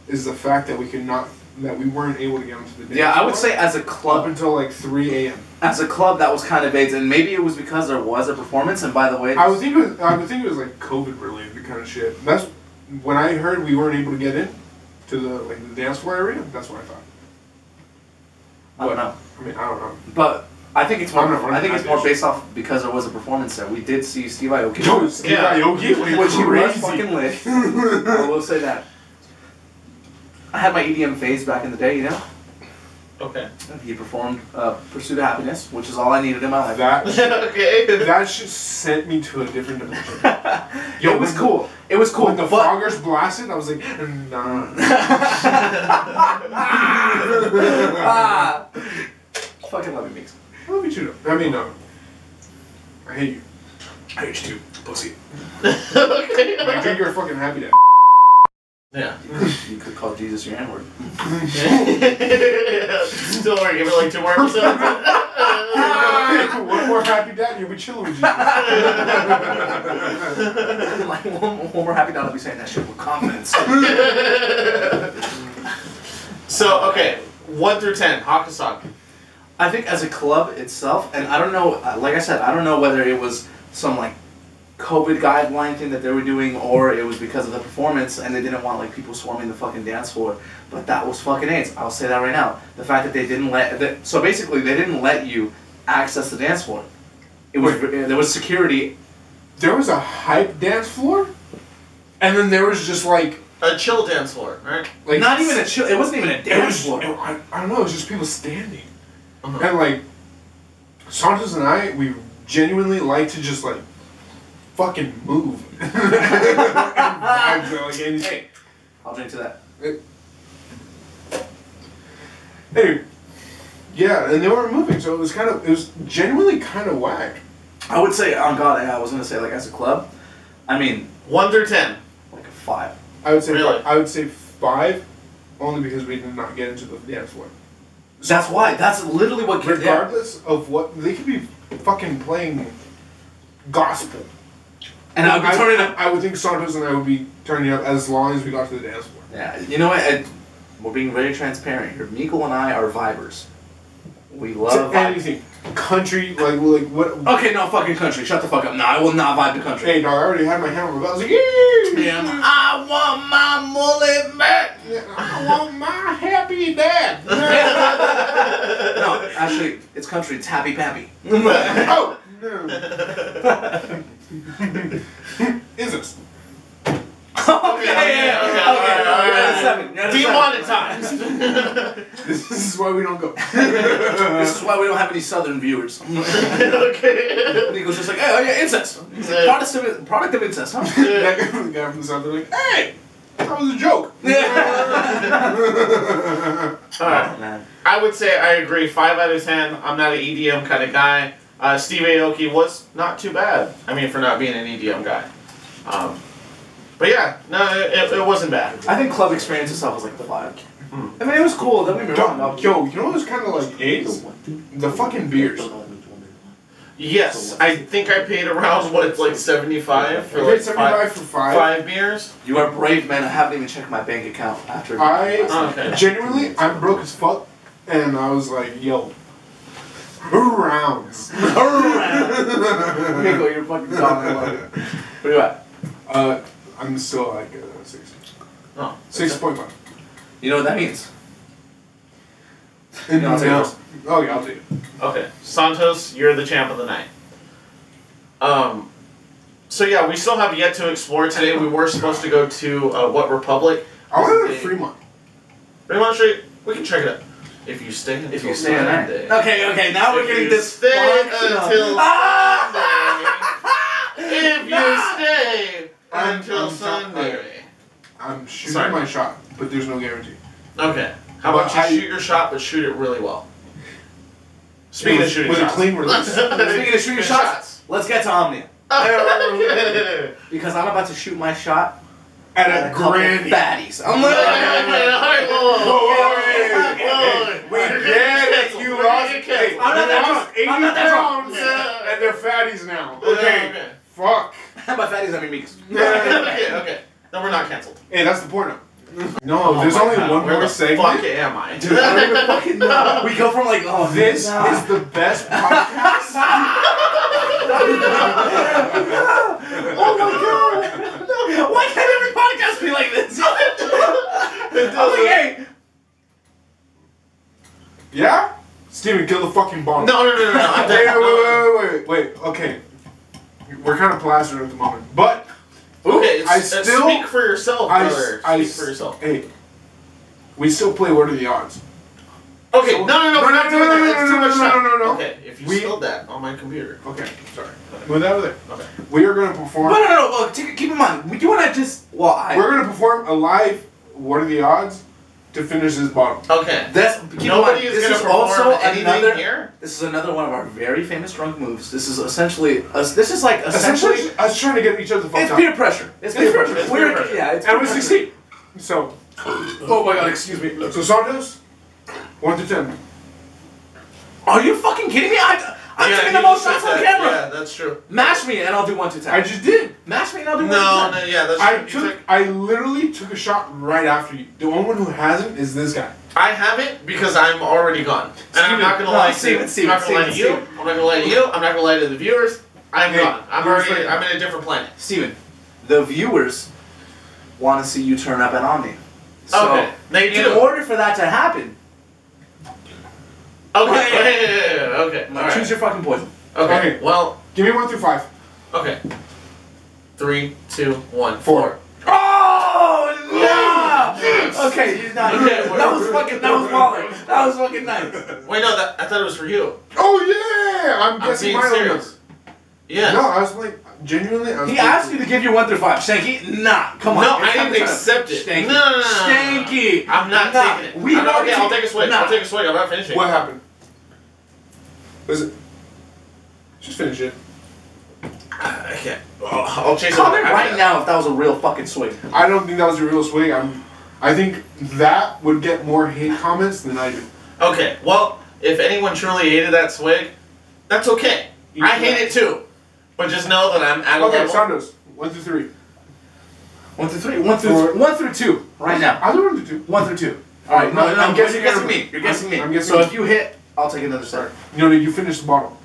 S4: is the fact that we could not, that we weren't able to get onto the dance
S3: Yeah, I would
S4: floor
S3: say as a
S4: up
S3: club,
S4: until like 3 a.m.
S3: as a club, that was kind of AIDS, and maybe it was because there was a performance. And by the way,
S4: I would think it was, I would think it was like COVID related kind of shit. That's when I heard we weren't able to get in to the like the dance floor area. That's what I thought.
S3: I don't know,
S4: I mean, I don't know.
S3: but I think it's more.
S4: I'm not running
S3: I think
S4: that
S3: it's more
S4: bitch.
S3: based off because there was a performance there. We did see Steve Aoki,
S4: Yo, Steve
S2: Yeah.
S4: Aoki
S3: which
S4: went
S3: he was
S4: crazy.
S3: fucking lit. I will say that. I had my EDM phase back in the day, you know.
S2: Okay.
S3: He performed uh, "Pursuit of Happiness," which is all I needed in my life.
S4: That
S2: okay.
S4: that shit sent me to a different dimension. Yo,
S3: it was
S4: when-
S3: cool. It was cool.
S4: When the
S3: but-
S4: Foggers blasted, I was like, "Mm, nah.
S3: ah! Fucking love you, Mix.
S4: Let me shoot up. I mean, no. I hate you.
S5: I hate you too, pussy.
S4: I think you're a fucking happy dad.
S2: Yeah.
S3: You could call Jesus your N word.
S2: Don't worry, give it like two more episodes.
S4: One more happy dad, you'll be chilling with Jesus.
S3: like, when, when we're happy, I'll be saying that shit with confidence.
S2: so, okay. One through ten, Hakusan.
S3: I think as a club itself, and I don't know, uh, like I said, I don't know whether it was some like COVID guideline thing that they were doing or it was because of the performance and they didn't want like people swarming the fucking dance floor. But that was fucking AIDS. I'll say that right now. The fact that they didn't let, that, so basically they didn't let you access the dance floor. It was, there was security.
S4: There was a hype dance floor, and then there was just like,
S2: A chill dance floor, right?
S4: like
S3: Not even a chill. It wasn't even a
S4: It
S3: dance
S4: was,
S3: floor.
S4: I, I don't know, it was just people standing.
S2: Uh-huh.
S4: And like, Santos and I, we genuinely like to just like fucking move. And vibe to, like, any-
S3: Hey, I'll drink to that.
S4: Anyway, yeah, and they weren't moving, so it was kind of it was genuinely kind of whack.
S3: I would say, oh god, yeah, I was gonna say like as a club. I mean,
S2: One through ten.
S3: like a five.
S4: I would say fi-
S2: Really?
S4: I would say five, only because we did not get into the dance floor.
S3: That's why. That's literally what. kicked- yeah.
S4: Regardless of what they could be fucking playing gospel.
S3: And I'll be turning up.
S4: I would think Santos and I would be turning up as long as we got to the dance floor.
S3: Yeah, you know what? I, we're being very transparent here. Miko and I are vibers. We love
S4: To
S3: vibes.
S4: anything, country, like like what?
S3: Okay, no fucking country. Shut the fuck up. No, I will not vibe to country.
S4: Hey, dog! I already had my hand on my belt. I was like, "Yee!"
S3: Damn, I want my mullet back.
S4: I want my happy dad.
S3: No, actually, it's country. It's happy pappy.
S4: oh no! Is this?
S3: okay, yeah,
S2: okay,
S3: yeah, okay.
S2: alright,
S3: You're at a
S2: alright.
S3: seven. You're at a seven.
S2: Demonetized.
S4: This is why we don't go.
S3: This is why we don't have any southern viewers.
S2: okay.
S3: Nico's just like, hey, oh yeah, incest. He's like, Product of, product of incest, huh?
S4: that guy from the guy from the south, they're like, hey, that was a joke.
S2: All right. I would say I agree. Five out of ten. I'm not an E EDM kind of guy. Uh, Steve Aoki was not too bad. I mean, for not being an EDM guy. Um, but yeah, no, it, it, it wasn't bad.
S3: I think club experience itself was like the vibe. I mean, it was cool. Hmm. Don't get me wrong.
S4: eh? Yo, you know what's kind of like AIDS? The fucking beers.
S2: Yes, I think I paid around what like seventy five for
S4: I
S2: like
S4: paid seventy
S2: five,
S4: five for five.
S2: five beers.
S3: You are brave, man. I haven't even checked my bank account after.
S4: I
S2: Oh, Okay.
S4: genuinely, I'm broke as fuck, and I was like, yo, who rounds?
S3: Nico, you're fucking dumb. I love it. Where you at?
S4: Uh, I'm still like uh, six,
S2: Oh,
S4: six point five.
S3: You know what that means?
S4: And
S3: Yeah, I'll take
S4: now-
S3: yours.
S4: Oh yeah, I'll take it.
S2: Okay, Santos, you're the champ of the night. Um, so yeah, we still have yet to explore today. We were supposed to go to uh, what Republic?
S4: I wanted a
S2: They-
S4: Fremont.
S2: Fremont Street. We can check it out if you stay.
S3: If
S2: until
S3: you stay at
S2: Sunday.
S3: night. Okay, okay. Now we're
S2: If
S3: getting
S2: you
S3: this.
S2: stay
S3: fucked up.
S2: until
S3: Ah!
S2: Sunday. If you stay
S4: I'm-
S2: until
S4: I'm sorry.
S2: Sunday.
S4: I'm shooting
S2: Sorry.
S4: my shot, but there's no guarantee.
S2: Okay. How about
S4: Well,
S2: you
S4: I-
S2: shoot your shot, but shoot it really well. Speaking
S4: It
S2: of
S4: was-
S2: shooting
S4: was a
S2: shots.
S4: clean release.
S3: Speaking of shooting shots, let's get to Omnia because I'm about to shoot my shot
S4: At
S3: at
S4: a
S3: a couple
S4: granny.
S3: fatties. I'm like,
S4: We get it. You lost. Hey,
S3: I'm not
S4: you
S3: that
S4: lost
S3: drunk.
S4: 80
S3: I'm not that drunk.
S4: pounds, uh,
S2: Yeah.
S4: and they're fatties now.
S2: Yeah,
S4: Okay,
S2: okay.
S4: fuck.
S3: by fatties I mean meeks.
S2: Okay, okay. No, we're not canceled.
S4: Hey, that's the porno. No,
S2: Oh
S4: there's
S2: my
S4: only
S2: God,
S4: one
S2: where
S4: more
S2: the Fuck
S4: segment.
S2: am I?
S4: Dude, I don't even fucking know.
S3: We go from like, oh,
S4: This
S3: nah.
S4: is the best podcast.
S3: Oh my god! No. Why can't every podcast be like this? I'm like, hey,
S4: yeah? Steven, kill the fucking bomb.
S2: No, no, no, no, no. I'm
S4: Wait, wait,
S2: dead.
S4: wait, wait, wait, wait. Okay. We're kind of plastered at the moment, but
S2: Okay,
S4: I
S2: s- uh,
S4: still-
S2: speak for yourself,
S4: I,
S2: brother.
S4: I,
S2: speak for yourself.
S4: Hey, we still play What Are the Odds?
S2: Okay, no, no, no,
S4: No,
S2: we're
S4: no,
S2: not
S4: no,
S2: doing
S4: no,
S2: that.
S4: no,
S2: That's
S4: no,
S2: too
S4: no,
S2: much
S4: no,
S2: shot.
S4: no, no, no.
S2: Okay, if you
S4: We-
S2: spelled that on my computer.
S4: Okay, sorry.
S2: Okay.
S4: Move that over there.
S2: Okay.
S4: We are going to
S3: no,
S4: perform.
S3: no, no, no. Take, keep in mind, you and I just, well, I.
S4: We're going to perform a live What Are the Odds to finish this bottle.
S2: Okay.
S3: that's keep in mind,
S2: Nobody is
S3: this
S2: gonna
S3: is
S2: perform
S3: also
S2: anything
S3: another.
S2: here.
S3: This is another one of our very famous drunk moves. This is essentially, uh, this is like essentially,
S4: Essentially, us trying to get each other fucked
S3: it's
S4: up.
S3: peer pressure. It's peer pressure.
S2: pressure, it's
S3: We're,
S2: peer pressure.
S3: yeah, it's.
S4: And we
S3: peer pressure.
S4: succeed. So. Oh my god, excuse me. So, Santos, 1 to 10.
S3: Are you fucking kidding me? I, I'm
S2: Yeah,
S3: taking
S2: you
S3: the most
S2: just
S3: shots
S2: said
S3: on
S2: that.
S3: camera.
S2: Yeah, that's true.
S3: Mash me and I'll do one to ten.
S4: I just did.
S3: Mash me and I'll do
S2: No,
S3: one to
S2: no,
S3: ten.
S2: yeah, that's
S4: I
S2: true. You
S4: took, I literally took a shot right after you. The only one who hasn't is this guy.
S2: I haven't because I'm already gone. And I'm
S4: Steven,
S2: not gonna
S3: no,
S2: lie to
S3: Steven,
S2: I'm
S3: Steven,
S2: not gonna lie to you.
S3: Steven,
S2: I'm not gonna lie to you. I'm not gonna lie to the viewers. I'm
S4: Hey,
S2: gone. I'm
S4: wait a
S2: already.
S4: second.
S2: I'm in a different planet.
S3: Steven, the viewers want to see you turn up at Omni. So,
S2: okay, they
S3: In
S2: do.
S3: order for that to happen,
S2: okay, yeah, yeah, yeah, yeah, yeah, okay. All
S3: choose
S2: right.
S3: your fucking poison.
S2: Okay.
S4: Okay.
S2: Well,
S4: Give me one through five.
S2: okay. Three, two, one,
S4: Four.
S3: Oh yeah!
S2: Yes.
S3: Okay, you not.
S2: Okay,
S3: that was
S2: whatever.
S3: fucking. That was baller. That was fucking nice.
S2: Wait, no, that, I thought it was for you.
S4: Oh yeah! I'm
S2: I'm
S4: guessing
S2: being
S4: my own
S2: serious. Yes.
S4: number. No, I was like, genuinely. I was
S3: He
S4: like-
S3: asked you to give you one through five. Shanky, nah. Come on.
S2: No,
S3: oh it's
S2: I
S3: not
S2: didn't
S3: the time.
S2: accept it.
S3: Stanky.
S2: No, no, no, no, no, no.
S3: Stanky.
S2: I'm not
S3: Nah,
S2: taking it.
S3: We
S2: I'm
S3: are
S2: not, okay, I'll
S3: taking-
S2: take a swig.
S3: Nah.
S2: I'll take a swig. I'm not finishing.
S4: What happened? Was it? Just finish it.
S2: I can't. Oh, I'll chase
S3: Comment
S2: it. back.
S3: right now if that was a real fucking swing.
S4: I don't think that was a real swing. I'm. I think that would get more hate comments than I do.
S2: Okay, well, if anyone truly hated that swig, that's okay.
S4: You
S2: I
S4: can
S2: hate
S4: laugh.
S2: it too. But just know that I'm at a
S4: Okay,
S2: level.
S4: Santos, one through three.
S3: One through three. One
S4: Four.
S3: through one through two. Right now.
S4: I don't want to do.
S3: One through two. All right. No,
S4: I'm-
S3: no,
S4: I'm
S3: no,
S4: guessing
S3: you're guessing
S4: everybody.
S3: me. You're guessing me.
S4: I'm guessing
S3: so
S4: me.
S3: if you hit, I'll take another start.
S4: No, no, you finish the bottle.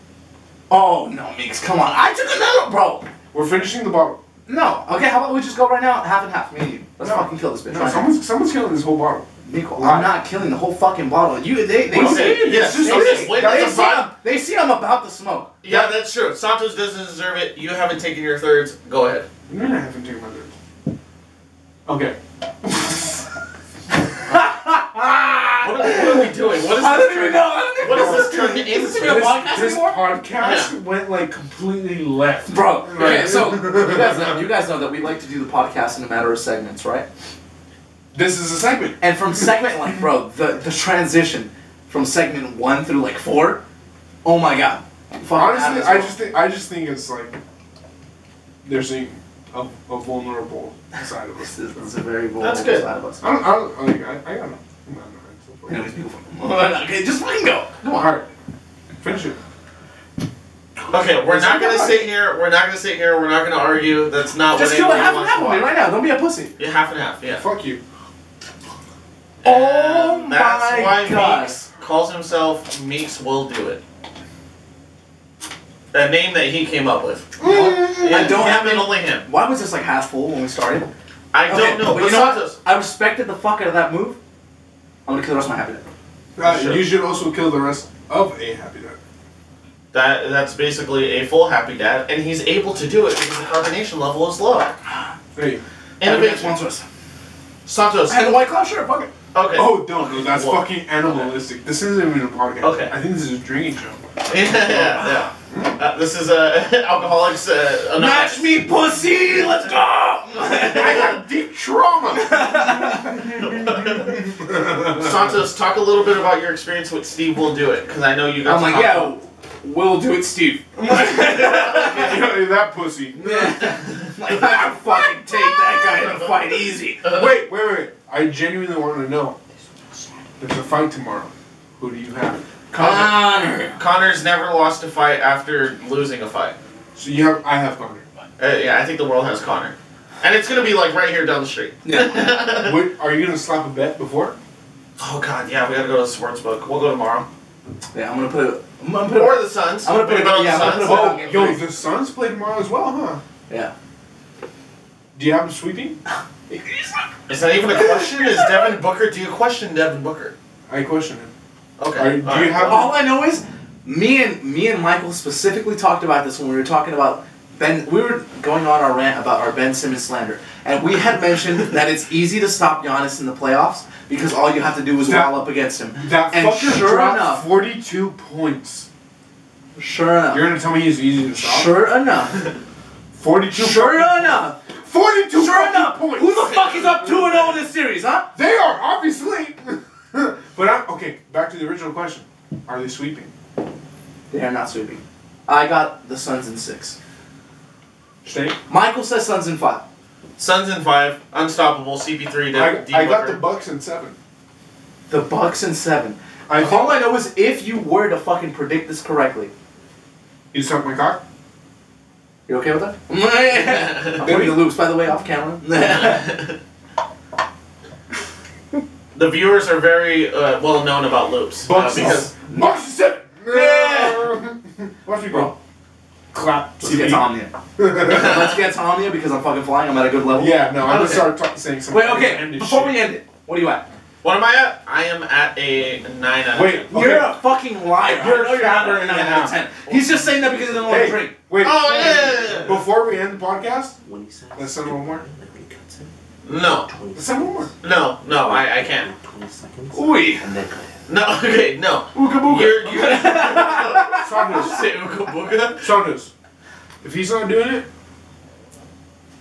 S3: Oh no, Meeks, come on. I took another, bro.
S4: We're finishing the bottle.
S3: No. Okay, how about we just go right now, half and half, me and you. Let's
S4: No.
S3: fucking kill this bitch.
S4: No,
S3: right now.
S4: someone's someone's killing this whole bottle.
S3: Nico, I'm not killing the whole fucking bottle. You, they, they
S4: What do you
S3: see.
S4: mean? It's
S2: yes,
S4: just
S2: okay,
S4: this.
S2: wait,
S3: They
S2: that's a
S3: see,
S2: fine-
S3: I'm, they see I'm about to smoke.
S2: Yeah, that's true. Santos doesn't deserve it. You haven't taken your thirds. Go ahead.
S4: No, no, I haven't taken my third. Okay.
S2: What are, what are we doing? What is
S3: I
S2: this
S3: don't even
S2: turn-
S3: know. I
S2: What
S3: don't even
S2: is this turned
S3: Is this
S2: into?
S3: even-
S4: This,
S3: podcast
S4: this
S3: anymore?
S4: podcast went like completely left.
S3: Bro, okay,
S4: Right.
S3: so you guys, know, you guys know that we like to do the podcast in a matter of segments, right?
S4: This is a segment.
S3: And from segment like, bro, the, the transition from segment one through like four, oh my god. Fucking
S4: Honestly,
S3: Adam's
S4: I
S3: wrong.
S4: just think I just think it's like there's a, a, a vulnerable side of
S3: This
S4: us.
S3: is, this is a very vulnerable
S2: That's good.
S3: side of us.
S4: I don't. I don't. Like, I, I don't know. I'm not- I'm not-
S3: Anyways, people fucking- okay, just fucking go.
S4: All right, finish it.
S2: Okay, we're not gonna sit here. We're not gonna sit here. We're not gonna argue. That's not
S3: Just
S2: what
S3: kill it
S2: anyone
S3: half and
S2: wants
S3: half
S2: to
S3: of me
S2: watch.
S3: right now. Don't be a pussy.
S2: Yeah, half and half. Yeah.
S4: Fuck you.
S3: Oh
S2: And that's
S3: my
S2: why
S3: God.
S2: Meeks calls himself Meeks will do it. A name that he came up with.
S3: I don't
S2: him
S3: have
S2: and
S3: any.
S2: only him.
S3: Why was this like half full when we started?
S2: I
S3: Okay,
S2: don't know.
S3: But you know what?
S2: Santos-
S3: I respected the fuck out of that move. I'm gonna kill the rest of my happy Death.
S4: Uh,
S2: Sure.
S4: You should also kill the rest of a happy death.
S2: That that's basically a full happy dad, and he's able to do it because the carbonation level is low.
S4: Hey.
S3: Happy Death
S2: Innovation.
S3: wants us.
S2: Santos.
S3: I had a white claw shirt. Fuck it.
S2: Okay.
S4: Oh, don't. No, that's
S2: Whoa.
S4: fucking animalistic. This isn't even a podcast.
S2: Okay.
S4: I think this is a drinking show.
S2: yeah, yeah. Uh, this is uh, alcoholics. Uh, Anonymous.
S3: Match me, pussy. Let's go.
S4: I have deep trauma.
S2: Santos, talk a little bit about your experience with Steve. Will do it because I know you guys.
S3: I'm like,
S2: talk-
S3: yeah, we'll do it, Steve.
S4: that pussy.
S3: Like, I can fucking take that guy in a fight easy.
S4: Wait, wait, wait. I genuinely want to know. There's a fight tomorrow. Who do you have?
S2: Connor.
S3: Connor.
S2: Connor's never lost a fight after losing a fight.
S4: So you have. I have Connor.
S2: Uh, yeah, I think the world has Connor, and it's gonna be like right here down the street.
S3: Yeah.
S4: Wait, are you gonna slap a bet before?
S2: Oh God, yeah, we gotta go to the sports book. We'll go tomorrow.
S3: Yeah, I'm gonna put it. I'm gonna put it.
S2: Or the Suns.
S3: I'm gonna put
S2: We
S3: it-
S2: bet on
S3: yeah,
S2: the
S3: I'm gonna
S2: Suns.
S3: put it-
S4: Oh,
S3: game
S4: yo,
S3: three.
S4: the Suns play tomorrow as well, huh?
S3: yeah.
S4: Do you have him sweeping?
S2: Is that even a question? Is Devin Booker? Do you question Devin Booker?
S4: I question him.
S2: Okay.
S4: Are- do
S2: alright.
S4: you have-
S3: All I know is me and me and Michael specifically talked about this when we were talking about Ben. We were going on our rant about our Ben Simmons slander, and we had mentioned that it's easy to stop Giannis in the playoffs because all you have to do is
S4: That-
S3: wall up against him.
S4: That
S3: and
S4: fucker
S3: sure
S4: dropped
S3: enough,
S4: 42 points.
S3: sure enough,
S4: You're gonna tell me he's easy to stop?
S3: sure enough,
S4: 42
S3: sure
S4: fucking-
S3: enough,
S4: 42
S3: sure
S4: fucking
S3: enough.
S4: points.
S3: Who the fuck is up two and zero in this series, huh?
S4: They are, obviously. but I'm, okay, back to the original question. Are they sweeping?
S3: They are not sweeping. I got the Suns in six.
S4: Stay.
S3: Michael says Suns in five.
S2: Suns in five, unstoppable. CP3.
S4: I,
S2: Dev- D
S4: I got
S2: Booker.
S4: the Bucks in seven.
S3: The Bucks in seven.
S4: I
S3: All
S4: think
S3: I know is if you were to fucking predict this correctly,
S4: you suck my cock.
S3: You okay with that? I'm putting the loops, by the way, off camera.
S2: The viewers are very uh, well known about loops. uh,
S4: Bucks
S2: because
S4: in- Bucks in seven.
S3: Yeah.
S4: Watch me go. Clap.
S3: Let's get Tomnia. Let's get Tomnia because I'm fucking flying. I'm at a good level.
S4: Yeah, no, I'm gonna
S2: Okay.
S4: start talk, saying something.
S3: Wait, okay. Before we end it, what are you at?
S2: what am I at? I am at a nine out of
S4: Wait.
S2: ten.
S4: Okay.
S3: You're a fucking liar.
S4: You're
S3: I know you're
S4: fat
S3: not a
S4: right
S3: nine out of
S4: now.
S3: ten. He's just saying that because he doesn't want to
S4: Hey,
S3: drink.
S4: wait.
S2: Oh, yeah.
S4: Before we end the podcast,
S6: When he says,
S4: Let's send one more.
S2: No,
S4: let's send one more.
S2: no, no. I, I can't.
S6: 20 seconds.
S3: Ooey.
S6: And then go ahead.
S2: No. Okay. No.
S4: Ooga booga.
S2: You're you're
S4: Saunders.
S2: say ooga booga.
S4: Saunders. If he's not doing it,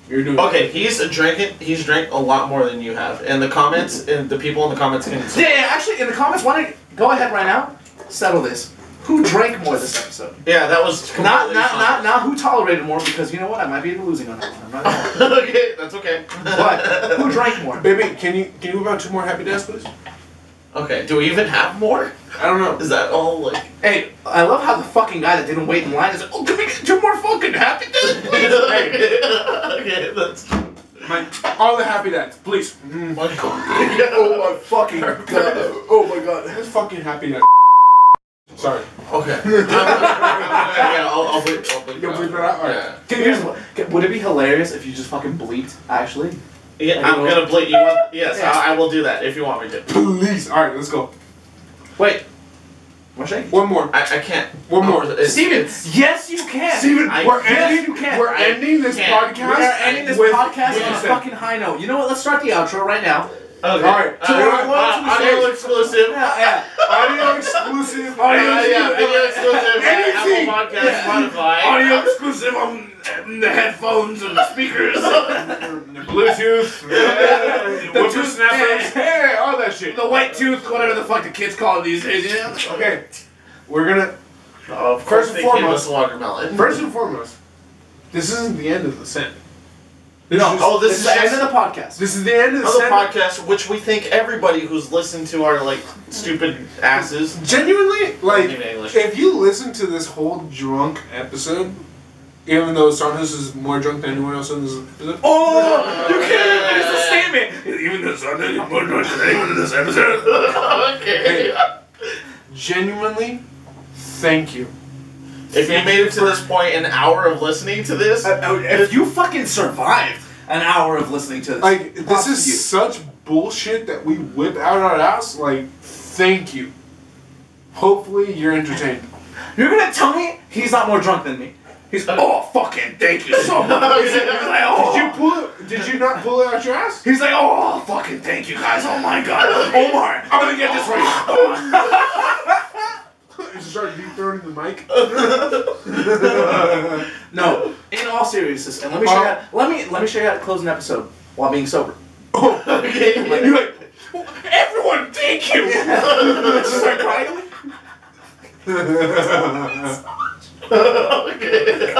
S4: you're doing it.
S2: Okay, he's a drinking. He's drank a lot more than you have, and the comments and the people in the comments can.
S3: Yeah, yeah, actually, in the comments, why don't you go ahead right now, settle this. Who drank more this episode?
S2: Yeah, that was
S3: Not,
S2: completely
S3: not, not,
S2: fine.
S3: not who tolerated more because you know what? I might be losing on that one. I'm not gonna lie.
S2: okay, that's okay.
S3: But who drank more?
S4: Baby, can you can you move out two more happy deaths, please?
S2: okay, do we even have more?
S4: I don't know.
S2: Is that all like?
S3: Hey, I love how the fucking guy that didn't wait in line is like, oh, can we get two more fucking happy days, please?
S2: okay, that's.
S4: My, all the happy deaths, please. Mm.
S2: okay.
S3: my fucking god. Oh my god.
S4: This fucking happy death. Sorry.
S2: yeah, I'll, I'll bleep. I'll bleep.
S4: You'll
S2: it
S4: bleep it out? Alright.
S2: Yeah.
S3: Can, here's what, can- would it be hilarious if you just fucking bleeped, actually?
S2: yeah, I'm gonna bleep you. Want, yes,
S3: Yeah.
S2: I, I will do that if you want me to.
S4: Please. Alright, let's go.
S3: Wait. What shaking?
S4: One more.
S2: I, I can't.
S4: One more.
S2: It's-
S3: Stevens! Yes, you can!
S4: Steven,
S2: I-
S4: we're
S2: yes,
S4: ending
S3: you can.
S4: we're
S2: I
S4: ending this
S2: can't.
S3: We are
S4: podcast.
S3: ending this
S4: with-
S3: podcast on a
S4: with-
S3: fucking high note. You know what? Let's start the outro right now.
S2: Okay. All
S4: Alright,
S2: Uh,
S4: two more,
S2: uh,
S4: one,
S3: two,
S2: audio
S4: three.
S2: exclusive.
S3: Yeah, yeah.
S4: Audio exclusive. Audio
S2: Uh,
S4: exclusive.
S2: yeah, video exclusive.
S4: Anything.
S2: Apple Podcast, Spotify.
S3: exclusive on um, the headphones and the speakers.
S4: Bluetooth.
S3: The
S4: Yeah.
S3: whippersnappers.
S4: Hey, all that shit.
S3: the white tooth, whatever the fuck the kids call it these days, yeah?
S4: Okay, we're gonna
S2: Oh, of
S4: First
S2: course
S4: and
S2: they gave
S4: foremost-
S2: us watermelon.
S4: first and foremost. This isn't the end of the send. This
S3: no,
S4: is-
S2: Oh, this is
S3: this is the end
S2: just-
S3: of the podcast.
S4: This is the end of the
S2: Another
S4: segment.
S2: podcast, which we think everybody who's listened to our like stupid asses.
S4: Genuinely, like,
S2: Even English.
S4: if you listen to this whole drunk episode, even though Santos is more drunk than anyone else in this episode,
S3: oh, you can't even finish the statement.
S5: Even this, I'm not more noise than anyone in this episode.
S2: okay.
S4: genuinely, thank you.
S2: If you made it to this point, an hour of listening to this,
S3: Uh, uh, If you fucking survived an hour of listening to this,
S4: Like, this
S3: props to
S4: is
S3: you.
S4: such bullshit that we whip out our ass. Like, thank you. Hopefully, you're entertained.
S3: You're gonna tell me he's not more drunk than me? He's oh fucking thank you so much. He's like
S4: Did you
S3: oh,
S4: pull it? Did you not pull it out your ass?
S3: he's like oh fucking thank you guys. Oh my god, Omar, I'm gonna get this right.
S4: Just started deep throating the mic.
S3: No, in all seriousness, and let me show you how, let me let me show you how to close an episode while being sober.
S4: You're like,
S3: Everyone, thank you. Start crying.
S2: okay.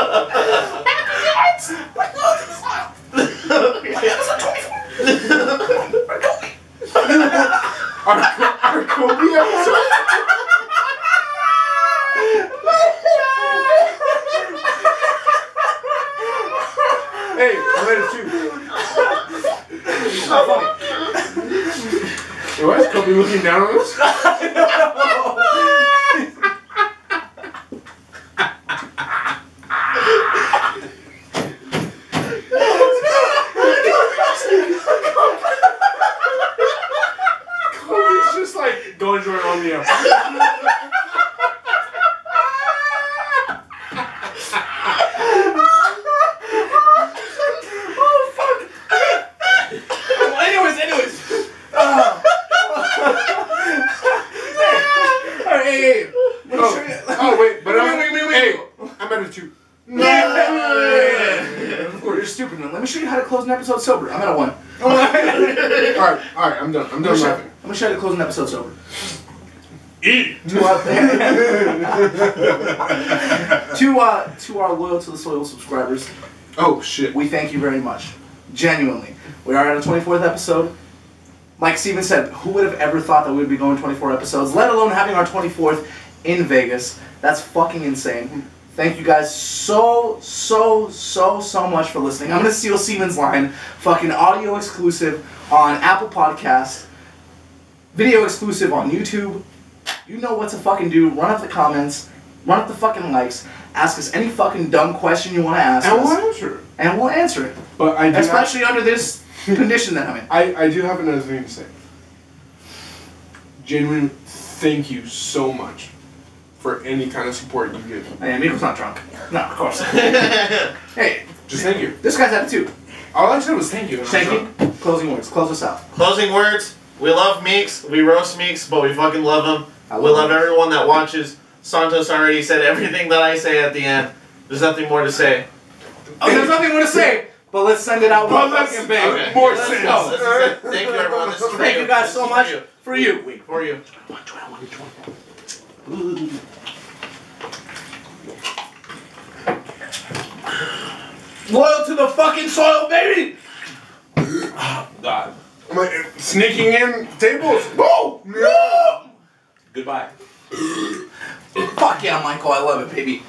S4: our, our Kobe episode? hey, I made it too. Hey, Why is Kobe looking down on us? Kobe's just like going to on the air.
S3: Well, anyways, anyways. Uh, all right, hey, hey, hey. Let me show
S4: Oh,
S3: you-
S4: oh wait, but I'm,
S3: Wait, wait, wait,
S4: hey,
S3: wait.
S4: I'm at a two.
S3: Of course, you're stupid. man. Let me show you how to close an episode sober. I'm at a one.
S4: All right, all right, I'm done. I'm done
S3: I'm
S4: laughing.
S3: gonna show you how to close an episode sober.
S5: Eat.
S3: To our, to, uh, to our loyal to the soil subscribers,
S4: Oh shit.
S3: we thank you very much. Genuinely, we are at a 24th episode. Like Steven said, who would have ever thought that we would be going 24 episodes, let alone having our 24th in Vegas? That's fucking insane. Thank you guys so, so, so, so much for listening. I'm gonna steal Steven's line. Fucking audio exclusive on Apple Podcasts, video exclusive on YouTube. You know what to fucking do. Run up the comments, run up the fucking likes, ask us any fucking dumb question you wanna ask
S4: And
S3: us
S4: we'll answer it.
S3: and we'll answer it.
S4: But I do have,
S3: Especially under this condition that I'm in.
S4: I, I do have another thing to say. Genuine thank you so much for any kind of support you give.
S3: Hey, Amigo's not drunk. No, of course. hey,
S4: Just thank you.
S3: this guy's attitude.
S4: All I said was thank you. and I'm
S3: Thank
S4: drunk.
S3: you. Closing words. Close us out.
S2: Closing words. We love Meeks. We roast Meeks, but we fucking love him.
S3: I
S2: we love
S3: love
S2: everyone that watches. Santos already said everything that I say at the end. There's nothing more to say.
S3: Okay, there's nothing more to say, but let's send it out
S4: But
S3: with a
S4: let's-
S3: fucking bang.
S4: okay. More
S3: Let's
S4: sense.
S3: go.
S2: This is it. Thank you, everyone. This is for
S3: Thank you guys
S2: This
S3: so
S2: is
S3: much
S2: For you.
S3: for you.
S2: For you.
S3: Loyal to the fucking soil, baby!
S5: God.
S4: I'm like sneaking in tables.
S3: Whoa! No!
S5: Goodbye.
S3: Fuck yeah, Michael, I love it, baby.